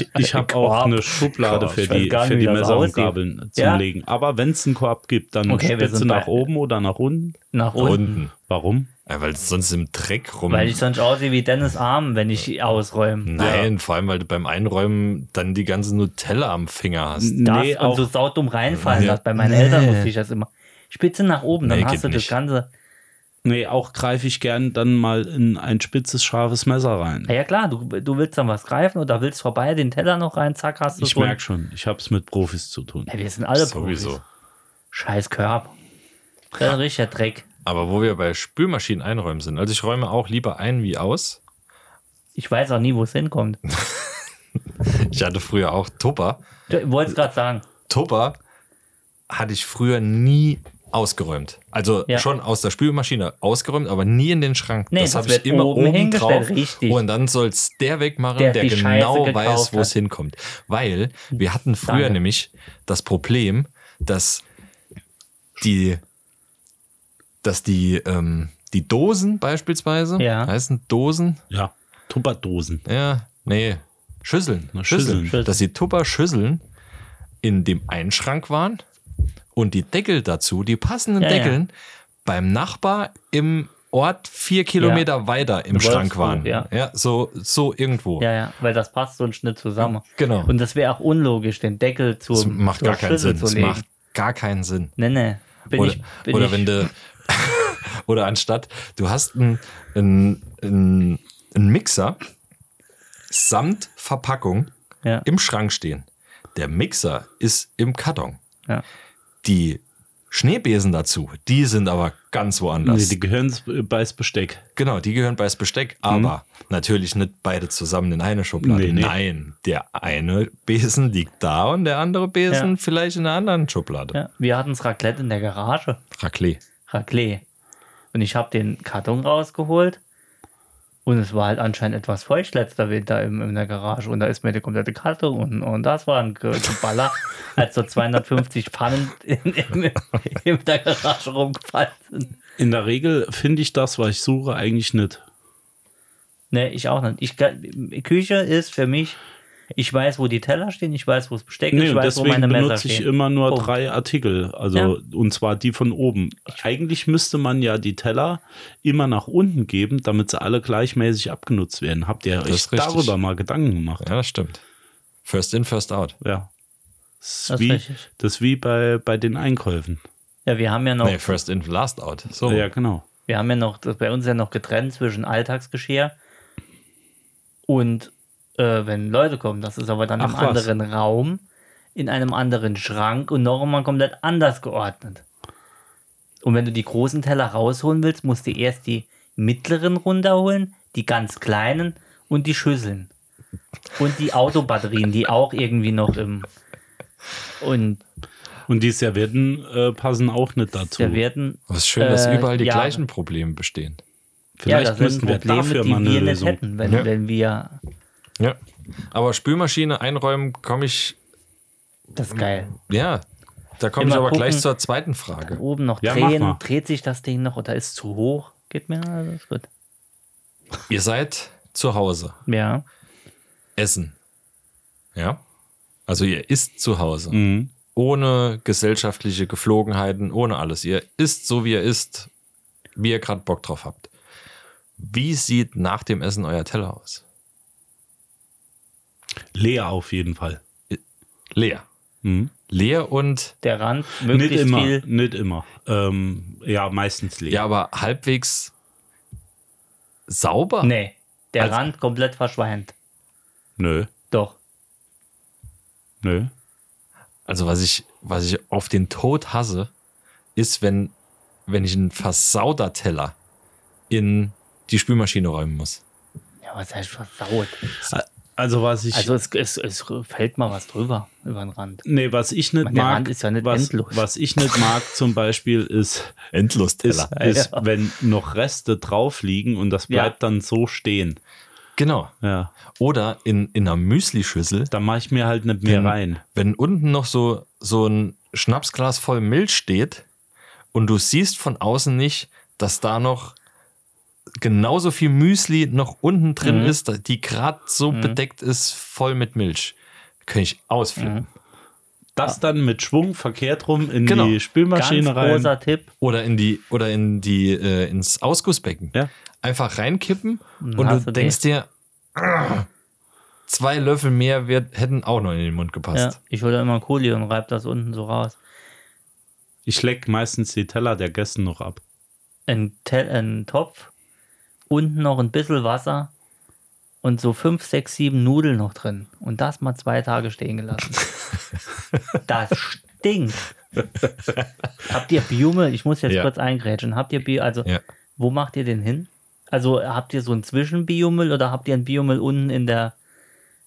F: ich, ich habe auch
D: Korb.
F: eine Schublade
D: Korb,
F: für
D: ich weiß
F: die,
D: gar nicht,
F: für
D: wie
F: die
D: das
F: Messer und
D: aussieht.
F: Gabeln zum
D: Ja.
F: Legen. Aber wenn es einen Korb gibt, dann
D: Okay, wir
F: Spitze
D: sind
F: nach
D: bei-
F: oben oder nach unten?
D: Nach unten.
E: Unten.
F: Warum?
E: Ja, weil es sonst im Dreck rum.
D: Weil ich sonst aussehe wie Dennis Arm, wenn ich ausräume.
E: Nein, vor allem, weil du beim Einräumen dann die ganze Nutella am Finger hast.
D: Das
F: Nee,
D: und
F: auch-
D: so saudumm reinfallen
E: Ja.
D: lässt. Bei meinen Eltern musste ich das immer. Spitze nach oben, dann
E: Nee, geht
D: hast du das
E: nicht.
D: Ganze.
F: Nee, auch greife ich gern dann mal in ein spitzes, scharfes Messer rein.
D: Na ja klar, du, du willst dann was greifen oder willst vorbei den Teller noch rein, zack, hast du
F: Ich
D: so ein-
F: merke schon, ich habe es mit Profis zu tun.
D: Ey, wir sind alle
E: Sowieso.
D: Profis. Scheiß Körper. Das ist ein richtiger Dreck.
E: Aber wo wir bei Spülmaschinen einräumen sind. Also ich räume auch lieber ein wie aus.
D: Ich weiß auch nie, wo es hinkommt.
E: Ich hatte früher auch Tupper.
D: Du wolltest gerade sagen.
E: Tupper hatte ich früher nie ausgeräumt. Also
D: Ja.
E: schon aus der Spülmaschine ausgeräumt, aber nie in den Schrank.
D: Nee,
E: das
D: das
E: habe ich
D: wird
E: immer
D: oben
E: oben,
D: hingestellt,
E: drauf.
D: richtig.
E: Und dann soll es der wegmachen,
D: Der
E: der,
D: die Scheiße
E: genau
D: gekauft
E: weiß, wo es
D: hat.
E: hinkommt. Weil wir hatten früher
D: Danke.
E: nämlich das Problem, dass die, dass die, ähm, die Dosen beispielsweise,
D: Ja.
E: heißen Dosen,
F: Ja, Tupperdosen.
E: ja, nee. Schüsseln.
F: Na, Schüsseln.
E: Schüsseln. Dass die Tupper-Schüsseln in dem einen Schrank waren und die Deckel dazu, die passenden
D: Ja, ja.
E: Deckeln, beim Nachbar im Ort vier Kilometer weiter im Schrank
D: Wolfsburg,
E: waren.
D: ja.
E: so, so irgendwo.
D: Ja, ja, weil das passt so ein Schnitt zusammen.
E: Genau.
D: Und das wäre auch unlogisch, den Deckel zu
E: Das macht gar keinen Sinn.
D: Zu
E: Das
D: legen.
E: macht gar keinen Sinn.
D: nee, nee. Bin
E: oder
D: ich, bin
E: oder
D: ich,
E: wenn du, oder anstatt, du hast einen ein, ein Mixer samt Verpackung
D: ja,
E: im Schrank stehen. Der Mixer ist im Karton.
D: ja.
E: Die Schneebesen dazu, die sind aber ganz
F: Nee,
E: woanders.
F: die gehören bei's Besteck.
E: genau, die gehören bei's Besteck, aber natürlich nicht beide zusammen in eine Schublade.
F: Nee, nee.
E: Nein, der eine Besen liegt da und der andere Besen
D: Ja.
E: vielleicht in einer anderen Schublade.
D: ja. Wir hatten's Raclette in der Garage.
E: Raclette.
D: Raclette. Und ich habe den Karton rausgeholt Und es war halt anscheinend etwas feucht letzter Winter im, in der Garage. Und da ist mir die komplette Karte und, und das war ein Ge- Geballer, als so 250 Pfannen in, in, in der Garage rumgefallen sind.
F: In der Regel finde ich das, was ich suche, eigentlich nicht.
D: Nee, ich auch nicht. Ich, kann- Küche ist für mich, ich weiß, wo die Teller stehen, ich weiß, wo das Besteck ist,
F: Nee,
D: ich
F: und
D: weiß, wo meine
F: deswegen
D: Messer
F: benutze ich
D: stehen.
F: immer nur
D: Punkt.
F: drei Artikel. Also,
D: Ja.
F: und zwar die von oben. Eigentlich müsste man ja die Teller immer nach unten geben, damit sie alle gleichmäßig abgenutzt werden. Habt ihr
E: Das ist
F: euch
E: richtig.
F: darüber mal Gedanken gemacht?
E: Ja, das stimmt. First in, first out.
F: Ja. Das
D: Das
F: ist
D: ist
F: wie,
D: richtig.
F: das ist wie bei, bei den Einkäufen.
D: Ja, wir haben ja noch
E: Nee, first in, last out.
D: Oh.
E: So.
F: Ja, genau.
D: Wir haben ja noch, das bei uns ist ja noch getrennt zwischen Alltagsgeschirr und äh, wenn Leute kommen. Das ist aber dann
F: Ach,
D: im
F: was.
D: anderen Raum, in einem anderen Schrank und noch einmal komplett anders geordnet. Und wenn du die großen Teller rausholen willst, musst du erst die mittleren runterholen, die ganz kleinen und die Schüsseln. Und die Autobatterien, die auch irgendwie noch im. Und
F: Und die Servietten äh, passen auch nicht dazu.
D: Servietten.
E: Aber es ist schön, dass
D: Äh,
E: überall die
D: ja.
E: gleichen Probleme bestehen.
F: Vielleicht
D: ja, das
F: müssten
D: sind
F: wir
D: Probleme,
F: dafür
D: die
F: mal eine
D: wir
F: Lösung.
D: nicht hätten, wenn,
E: Ja.
D: wenn wir.
E: Ja. Aber Spülmaschine einräumen komme ich,
D: Das ist geil.
E: ja, da komme ich
D: Immer
E: aber
D: gucken.
E: gleich zur zweiten Frage.
D: oben noch
F: Ja, mach mal.
D: drehen, dreht sich das Ding noch oder ist zu hoch? Geht mir alles gut.
E: Ihr seid zu Hause,
D: Ja.
E: essen. Ja? Also ihr isst zu Hause.
F: Mhm.
E: Ohne gesellschaftliche Geflogenheiten, ohne alles. Ihr isst so, wie ihr isst, wie ihr gerade Bock drauf habt. Wie sieht nach dem Essen euer Teller aus?
F: Leer auf jeden Fall.
E: Leer.
F: Mhm.
E: Leer und,
D: Der Rand
F: Nicht
D: möglichst
F: immer,
D: viel.
F: nicht immer. Ähm, ja, meistens leer.
E: ja, aber halbwegs sauber.
D: Nee, der
E: Also-
D: Rand komplett verschweint.
F: Nö,
D: Doch.
F: nö.
E: Also was ich, was ich auf den Tod hasse, ist, wenn, wenn ich einen versauter Teller in die Spülmaschine räumen muss.
D: Ja, was heißt versaut?
F: A- Also was ich,
D: Also es, es, es fällt mal was drüber über den Rand.
F: nee, was ich nicht
D: Mann, der
F: mag,
D: Rand ist ja nicht
F: was,
D: endlos.
F: was ich nicht mag zum Beispiel ist, ist,
E: Endlos-Teller.
F: ist
D: Ja.
F: wenn noch Reste drauf liegen und das
D: Ja.
F: bleibt dann so stehen.
E: Genau.
F: Ja,
E: Oder in, in einer Müslischüssel,
F: da mache ich mir halt nicht mehr
D: Genau.
E: wenn,
F: rein.
E: wenn unten noch so, so ein Schnapsglas voll Milch steht und du siehst von außen nicht, dass da noch genauso viel Müsli noch unten drin ist, da- die gerade so bedeckt ist, voll mit Milch. Könnte ich ausflippen.
F: Das dann mit Schwung verkehrt rum in
E: Genau.
F: die Spülmaschine
D: Ganz großer
F: rein.
D: Tipp.
E: Oder in die, oder in die, äh, ins Ausgussbecken.
F: Ja.
E: Einfach reinkippen und,
D: hast du
E: du denkst dir, "Ah, zwei Löffel mehr wird, hätten auch noch in den Mund
D: Ja,
E: gepasst.
D: ich hole da immer Kohle und reibe das unten so raus.
F: Ich leck meistens die Teller der Gäste noch ab.
D: Ein, Te ein Topf, unten noch ein bisschen Wasser und so fünf, sechs, sieben Nudeln noch drin. Und das mal zwei Tage stehen gelassen. das stinkt. habt ihr Biume, ich muss jetzt
E: Ja.
D: kurz eingrätschen, habt ihr Biomüll, also
E: Ja.
D: wo macht ihr den hin? Also habt ihr so einen Zwischenbiomüll oder habt ihr einen Biomüll unten in der,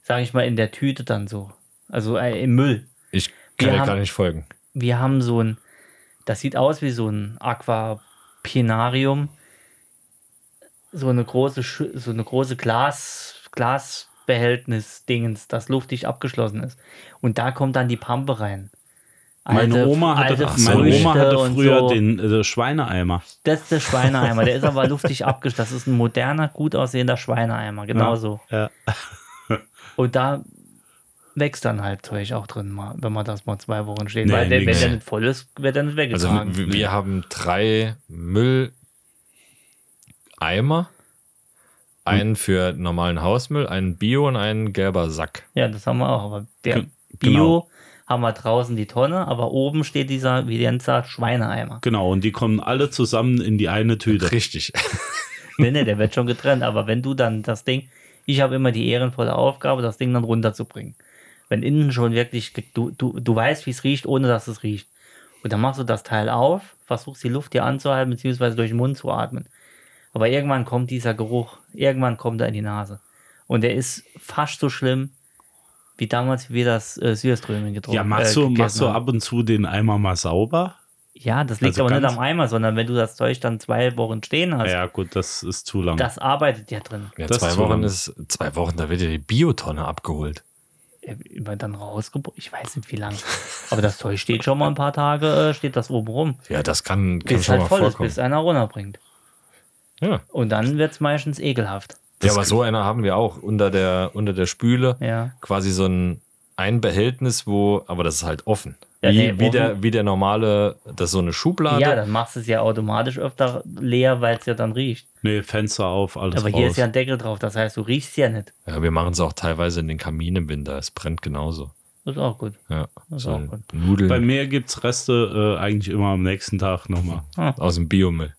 D: sage ich mal, in der Tüte dann so? Also äh, im Müll.
E: Ich kann
D: Wir
E: dir
D: haben-
E: gar nicht folgen.
D: Wir haben so ein, das sieht aus wie so ein Aquapinarium. So eine große, Schü- so eine große Glas, Glasbehältnis-Dingens, das luftig abgeschlossen ist. Und da kommt dann die Pampe rein.
F: Meine
D: Alte-
F: Oma hatte,
D: alte
F: meine Oma
D: Früchte
F: hatte
D: und
F: früher
D: so.
F: den äh, Schweineeimer.
D: Das ist der Schweineeimer, der ist aber luftig abgeschlossen. Das ist ein moderner, gut aussehender Schweineeimer, genau so.
F: Ja.
D: Und da wächst dann halt Zeug auch drin, mal, wenn man das mal zwei Wochen steht.
F: Nee,
D: Weil der, wenn
F: nix.
D: der nicht voll ist, wird er nicht
E: Also
D: weggetragen.
E: wir, wir haben drei Mülleimer.
D: Hm.
E: Einen für normalen Hausmüll, einen Bio und einen gelber Sack.
D: ja, das haben wir auch. Aber der
F: Ge-
D: Bio
F: genau.
D: haben wir draußen die Tonne, aber oben steht dieser, wie Jens sagt, Schweineeimer.
F: Genau, und die kommen alle zusammen in die eine Tüte.
E: Richtig.
D: nee, nee, der wird schon getrennt. Aber wenn du dann das Ding, ich habe immer die ehrenvolle Aufgabe, das Ding dann runterzubringen. Wenn innen schon wirklich, ge- du, du, du weißt, wie es riecht, ohne dass es riecht. Und dann machst du das Teil auf, versuchst die Luft dir anzuhalten, beziehungsweise durch den Mund zu atmen. Aber irgendwann kommt dieser Geruch, irgendwann kommt er in die Nase. Und der ist fast so schlimm, wie damals, wie wir das äh, Süßströmen getrunken
F: Ja, machst
D: äh,
F: du,
D: gegessen
F: machst du
D: haben.
F: ab und zu den Eimer mal sauber?
D: Ja, das liegt
F: Also
D: aber nicht
F: ganz-
D: am Eimer, sondern wenn du das Zeug dann zwei Wochen stehen hast,
F: Ja, gut, das ist zu lang.
D: das arbeitet ja drin.
E: Ja,
F: Das
E: zwei
F: ist
E: Wochen
F: verrückt.
E: ist, zwei Wochen, da wird ja die Biotonne abgeholt.
D: Immer Äh, dann rausgebrochen. Ich weiß nicht, wie lange. Aber das Zeug steht schon mal ein paar Tage, äh, steht das oben rum.
E: Ja, das kann, kann
D: Bis
E: schon
D: halt
E: mal
D: voll ist,
E: vorkommen.
D: bis einer runterbringt.
E: Ja.
D: Und dann wird es meistens ekelhaft.
E: ja, aber so einer haben wir auch unter der, unter der Spüle.
D: Ja.
E: Quasi so ein, ein Behältnis, wo, aber das ist halt offen.
D: Ja,
E: wie,
D: nee,
E: wie,
D: offen.
E: Der, wie der normale, das ist so eine Schublade.
D: Ja, dann machst du es ja automatisch öfter leer, weil es ja dann riecht.
F: nee, Fenster auf, alles
D: aber
F: raus.
D: hier ist ja ein Deckel drauf, das heißt, du riechst ja nicht.
E: Ja, wir machen es auch teilweise in den Kamin im Winter. Es brennt genauso.
D: Das ist auch gut.
E: Ja,
D: ist
E: so
D: auch gut.
F: Bei
E: Nudeln
F: mir gibt es Reste äh, eigentlich immer am nächsten Tag nochmal.
E: aus dem Biomüll.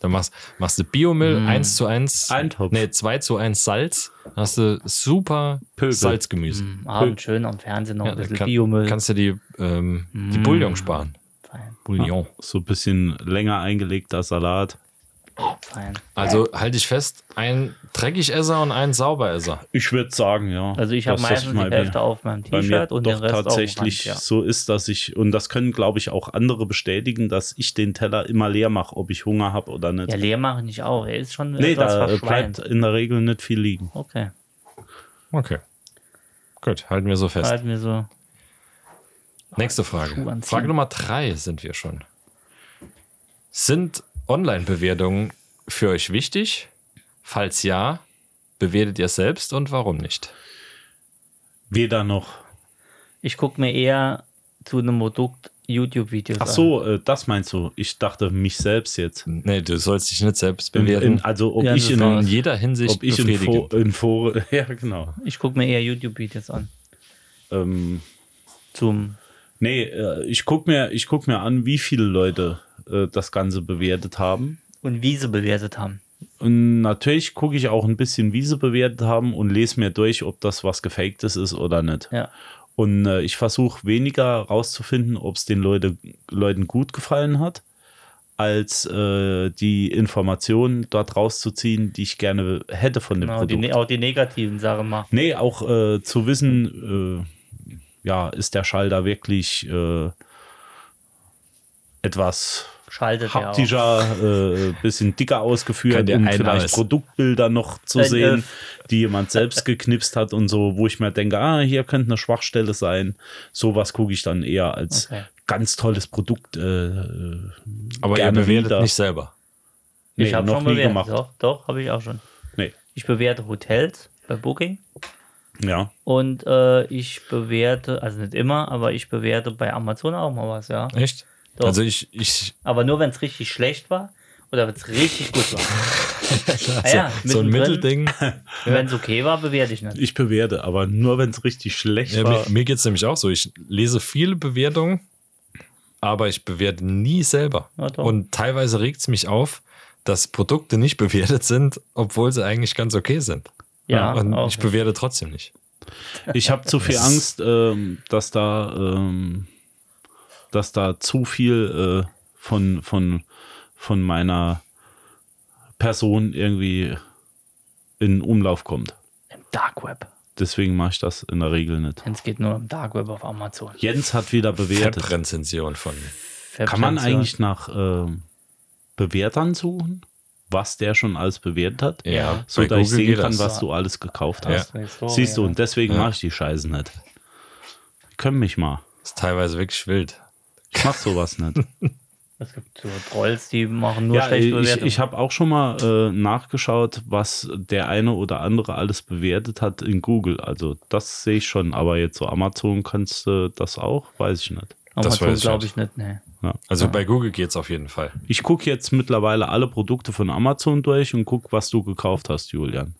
E: Dann machst, machst du Biomüll
D: Mm.
E: 1 zu 1,
F: Eintopf.
E: nee, 2 zu 1 Salz. Dann hast du super
F: Pöbel.
E: Salzgemüse.
D: Am Abend schön am Fernsehen noch
E: Ja,
D: Mm. ein
E: dann
D: bisschen
E: kann,
D: Biomüll. Mm.
E: kannst du die, ähm, die Bouillon sparen.
D: fein,
E: Bouillon.
F: So ein bisschen länger eingelegter Salat.
D: fein.
E: Also halte ich fest, ein Dreckigesser und ein Sauberesser.
F: Ich würde sagen, ja.
D: Also ich habe
F: dass das
D: meistens
F: mal
D: die Hälfte
F: mir-
D: auf meinem
F: bei mir
D: T-Shirt und
F: doch
D: den Rest
F: tatsächlich
D: auf dem Rand,
F: so ist, dass ich, und das können, glaube ich, auch andere bestätigen, dass ich den Teller immer leer mache, ob ich Hunger habe oder nicht.
D: ja. ja, leer machen nicht auch. Er ist schon
F: nee,
D: etwas
F: da äh,
D: verschweint.
F: bleibt in der Regel nicht viel liegen.
D: Okay,
E: Okay. Gut, halten wir so fest.
D: halt mir so.
E: Nächste
D: Schuh
E: Frage.
D: anziehen.
E: Frage Nummer drei sind wir schon. Sind Online-Bewertungen für euch wichtig? Falls ja, bewertet ihr selbst und warum nicht?
F: Weder noch.
D: Ich gucke mir eher zu einem Produkt YouTube-Videos
F: Ach so, äh, das meinst du. Ich dachte mich selbst jetzt.
E: Nee, du sollst dich nicht selbst
F: In,
E: bewerten.
F: in, also ob
D: Ja,
F: ich
D: das
F: in,
D: war
E: in jeder Hinsicht
F: ob ich in, Fo
E: befriedigend.
F: in Foren, ja genau.
D: an. Ich gucke mir eher YouTube-Videos an.
F: Ähm,
D: Zum
F: nee, äh, ich guck mir, ich guck mir an, wie viele Leute äh, das Ganze bewertet haben.
D: und wie sie bewertet haben.
F: Und natürlich gucke ich auch ein bisschen, wie sie bewertet haben und lese mir durch, ob das was Gefaktes ist oder nicht.
D: Ja.
F: Und äh, ich versuche weniger rauszufinden, ob es den Leute, Leuten gut gefallen hat, als äh, die Informationen dort rauszuziehen, die ich gerne hätte von dem
D: Genau,
F: Produkt.
D: die, ne- auch die negativen Sachen mal.
F: Nee, auch äh, zu wissen, äh, ja, ist der Schall da wirklich äh, etwas
D: Schaltet er auch.
F: haptischer, äh, bisschen dicker
E: Kann
F: ausgeführt
E: dir
F: und
E: einer
F: vielleicht
E: was.
F: Produktbilder noch zu
D: Ein
F: sehen,
D: Elf.
F: die jemand selbst geknipst hat und so, wo ich mir denke, ah, hier könnte eine Schwachstelle sein. Sowas gucke ich dann eher als
D: Okay.
F: ganz tolles Produkt. Äh, äh,
E: Aber ihr
F: gerne
E: bewertet
F: wieder.
E: nicht selber.
F: nee,
D: ich habe
F: noch
D: schon
F: nie
D: bewertet.
F: gemacht.
D: Doch, doch habe ich auch schon.
F: nee,
D: Ich bewerte Hotels bei Booking
F: ja.
D: und äh, ich bewerte, also nicht immer, aber ich bewerte bei Amazon auch mal was, ja.
E: Echt?
D: Doch.
E: Also ich, ich
D: Aber nur wenn es richtig schlecht war oder wenn es richtig gut war. Ah ja,
E: also so ein
D: mittendrin,
E: Mittelding.
D: Wenn es okay war, bewerte ich nicht.
F: Ich bewerte, aber nur wenn es richtig schlecht
E: Ja,
F: war.
E: mir mir geht es nämlich auch so. Ich lese viele Bewertungen, aber ich bewerte nie selber.
D: Ja, doch.
E: Und teilweise regt es mich auf, dass Produkte nicht bewertet sind, obwohl sie eigentlich ganz okay sind.
D: Ja,
E: Und
D: auch.
E: ich bewerte trotzdem nicht.
F: Ich habe zu viel
E: Das-
F: Angst, ähm, dass da, ähm, dass da zu viel äh, von, von, von meiner Person irgendwie in Umlauf kommt.
D: Im Dark Web.
F: Deswegen mache ich das in der Regel nicht.
D: Denn es geht nur im Dark Web auf Amazon.
F: Jens hat wieder bewertet.
E: Rezension von mir.
F: Kann man eigentlich nach ähm, Bewertern suchen, was der schon alles bewertet hat?
E: Ja,
F: So,
E: bei
F: dass ich
E: Google
F: sehen
E: geht
F: kann,
E: das.
F: was du alles gekauft
E: Ja.
F: hast.
D: Historie,
F: Siehst du,
D: ja.
F: und deswegen mache ich die Scheiße nicht. Können mich mal.
E: ist teilweise wirklich wild.
F: Ich mach sowas nicht.
D: Es gibt so Trolls, die machen nur
F: Ja,
D: schlechte
F: ich,
D: Bewertungen.
F: ich habe auch schon mal äh, nachgeschaut, was der eine oder andere alles bewertet hat in Google. Also das sehe ich schon, aber jetzt so Amazon kannst du das auch, weiß ich nicht.
E: das
D: Amazon
E: weiß ich
D: glaube
E: nicht.
D: ich nicht, ne.
E: Also bei Google geht es auf jeden Fall.
F: Ich gucke jetzt mittlerweile alle Produkte von Amazon durch und guck, was du gekauft hast, Julian.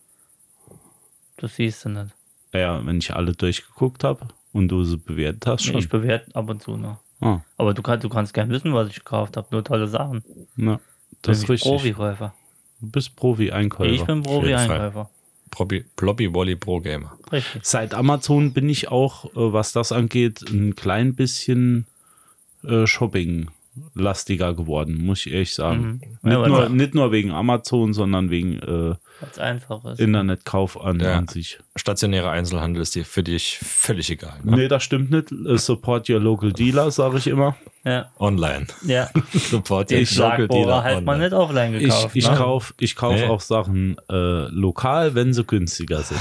D: Das siehst du nicht.
F: Ja, wenn ich alle durchgeguckt habe und du sie bewertet hast,
D: Nee,
F: schon.
D: ich bewerte ab und zu noch.
F: ah,
D: Aber du, kann, du kannst gern wissen, was ich gekauft habe. Nur tolle Sachen.
F: na, das ist
D: Bin ich
F: richtig.
D: Profikäufer.
F: Du bist Profi-Einkäufer.
D: Ich bin Profi-Einkäufer.
E: Probi, Plobby Wolly Pro Gamer.
D: Richtig.
F: Seit Amazon bin ich auch, äh, was das angeht, ein klein bisschen äh, shopping-lastiger geworden, muss ich ehrlich sagen.
D: Mhm. Ja,
F: Nicht,
D: aber
F: nur,
D: das-
F: nicht nur wegen Amazon, sondern wegen äh,
D: Weil es einfach ist.
F: Internetkauf an,
E: Ja.
F: an sich.
E: Stationärer
F: Hm.
E: Einzelhandel ist dir für dich völlig egal. Ne?
F: Nee, das stimmt nicht. Äh, Support your local dealer, sage ich immer.
D: Ja,
E: Online.
D: ja.
E: Sofort
D: Den
E: jetzt Local
D: Schlagbohrer
E: Dealer
D: halt mal
E: online.
D: nicht offline
F: Ich,
D: gekauft.
F: ich
D: ne?
F: kaufe ich kauf
E: Nee.
F: auch Sachen äh, lokal, wenn sie günstiger sind.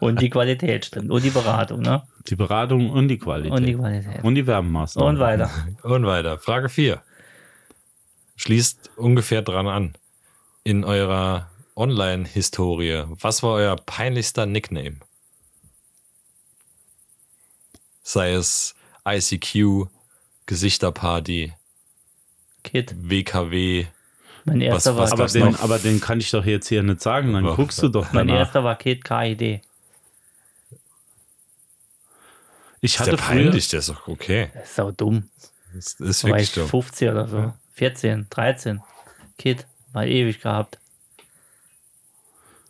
D: Und die Qualität stimmt. Und die Beratung, ne?
F: Die Beratung und die Qualität.
D: Und die Qualität.
F: Und die Werbemaßnahmen.
D: Und weiter.
E: Und weiter. Frage 4. Schließt ungefähr dran an. In eurer Online-Historie, was war euer peinlichster Nickname? Sei es ICQ, Gesichterparty,
D: Kid.
E: WKW.
D: Mein erster
E: was
D: war
F: Aber
E: gab's
F: den,
E: noch?
F: aber den kann ich doch jetzt hier nicht sagen, dann
E: Doch.
F: guckst du doch
D: mein
F: danach.
D: erster war Kid KID.
F: Ich
E: Ist der
F: hatte früher,
E: peinlich, der ist doch okay.
D: Das ist sau dumm.
E: Das ist
D: Da war
E: wirklich
D: ich
E: dumm.
D: 15 oder so. 14, 13. Kid. War ewig gehabt.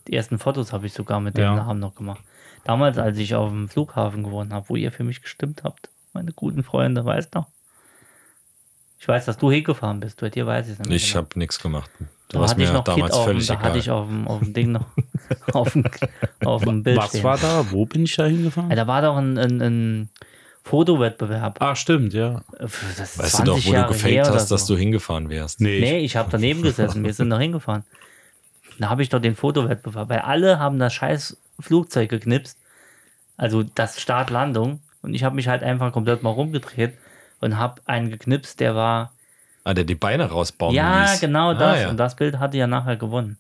D: Die ersten Fotos habe ich sogar mit dem
F: Ja.
D: Namen noch gemacht. Damals, als ich auf dem Flughafen gewohnt habe, wo ihr für mich gestimmt habt. Meine guten Freunde, weißt du? Ich weiß, dass du hingefahren bist. Bei dir weiß ich es nicht. mehr
E: Ich
D: genau.
E: habe nichts gemacht. Da
D: Da
E: war es
D: hatte ich
E: mir
D: noch Kid
E: damals
D: auf, dem-
E: völlig
D: da hatte
E: egal.
D: ich auf dem, auf dem Ding noch auf dem, auf dem Bild
F: was
D: stehen.
F: war da? Wo bin ich da hingefahren?
D: Ja, da war doch ein, ein, ein Fotowettbewerb.
F: Ah, stimmt, ja.
D: Das ist
E: Weißt
D: 20
E: du doch, wo
D: Jahre
E: du
D: her
E: gefaked
D: oder
E: hast,
D: so.
E: dass du hingefahren wärst.
F: Nee,
D: Nee, ich habe daneben gesessen. Wir sind noch hingefahren. Da habe ich doch den Fotowettbewerb. Weil alle haben das scheiß Flugzeug geknipst. Also das Start-Landung. Und ich habe mich halt einfach komplett mal rumgedreht und habe einen geknipst, der war.
E: Ah, der die Beine rausbauen
D: ja,
E: ließ.
D: genau das.
E: Ah, ja.
D: Und das Bild hatte ja nachher gewonnen.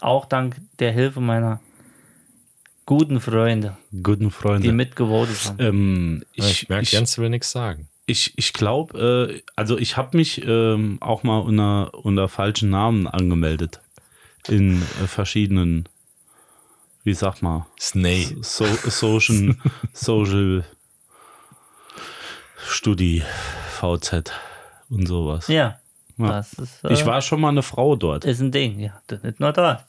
D: Auch dank der Hilfe meiner guten Freunde,
F: guten
D: die
F: Freunde.
D: mitgevotet haben.
F: ähm,
E: Ich
F: ich
E: merke,
F: ich,
E: Jens will nichts sagen.
F: ich, ich glaube, äh, also ich habe mich ähm, auch mal unter, unter falschen Namen angemeldet. In äh, verschiedenen, wie sag mal,
E: Snake.
F: so, Social, Social Studi, VZ und sowas.
D: Ja,
F: Ja.
D: das ist, äh,
F: Ich war schon mal eine Frau dort.
D: ist ein Ding. Ja, das ist nicht nur da.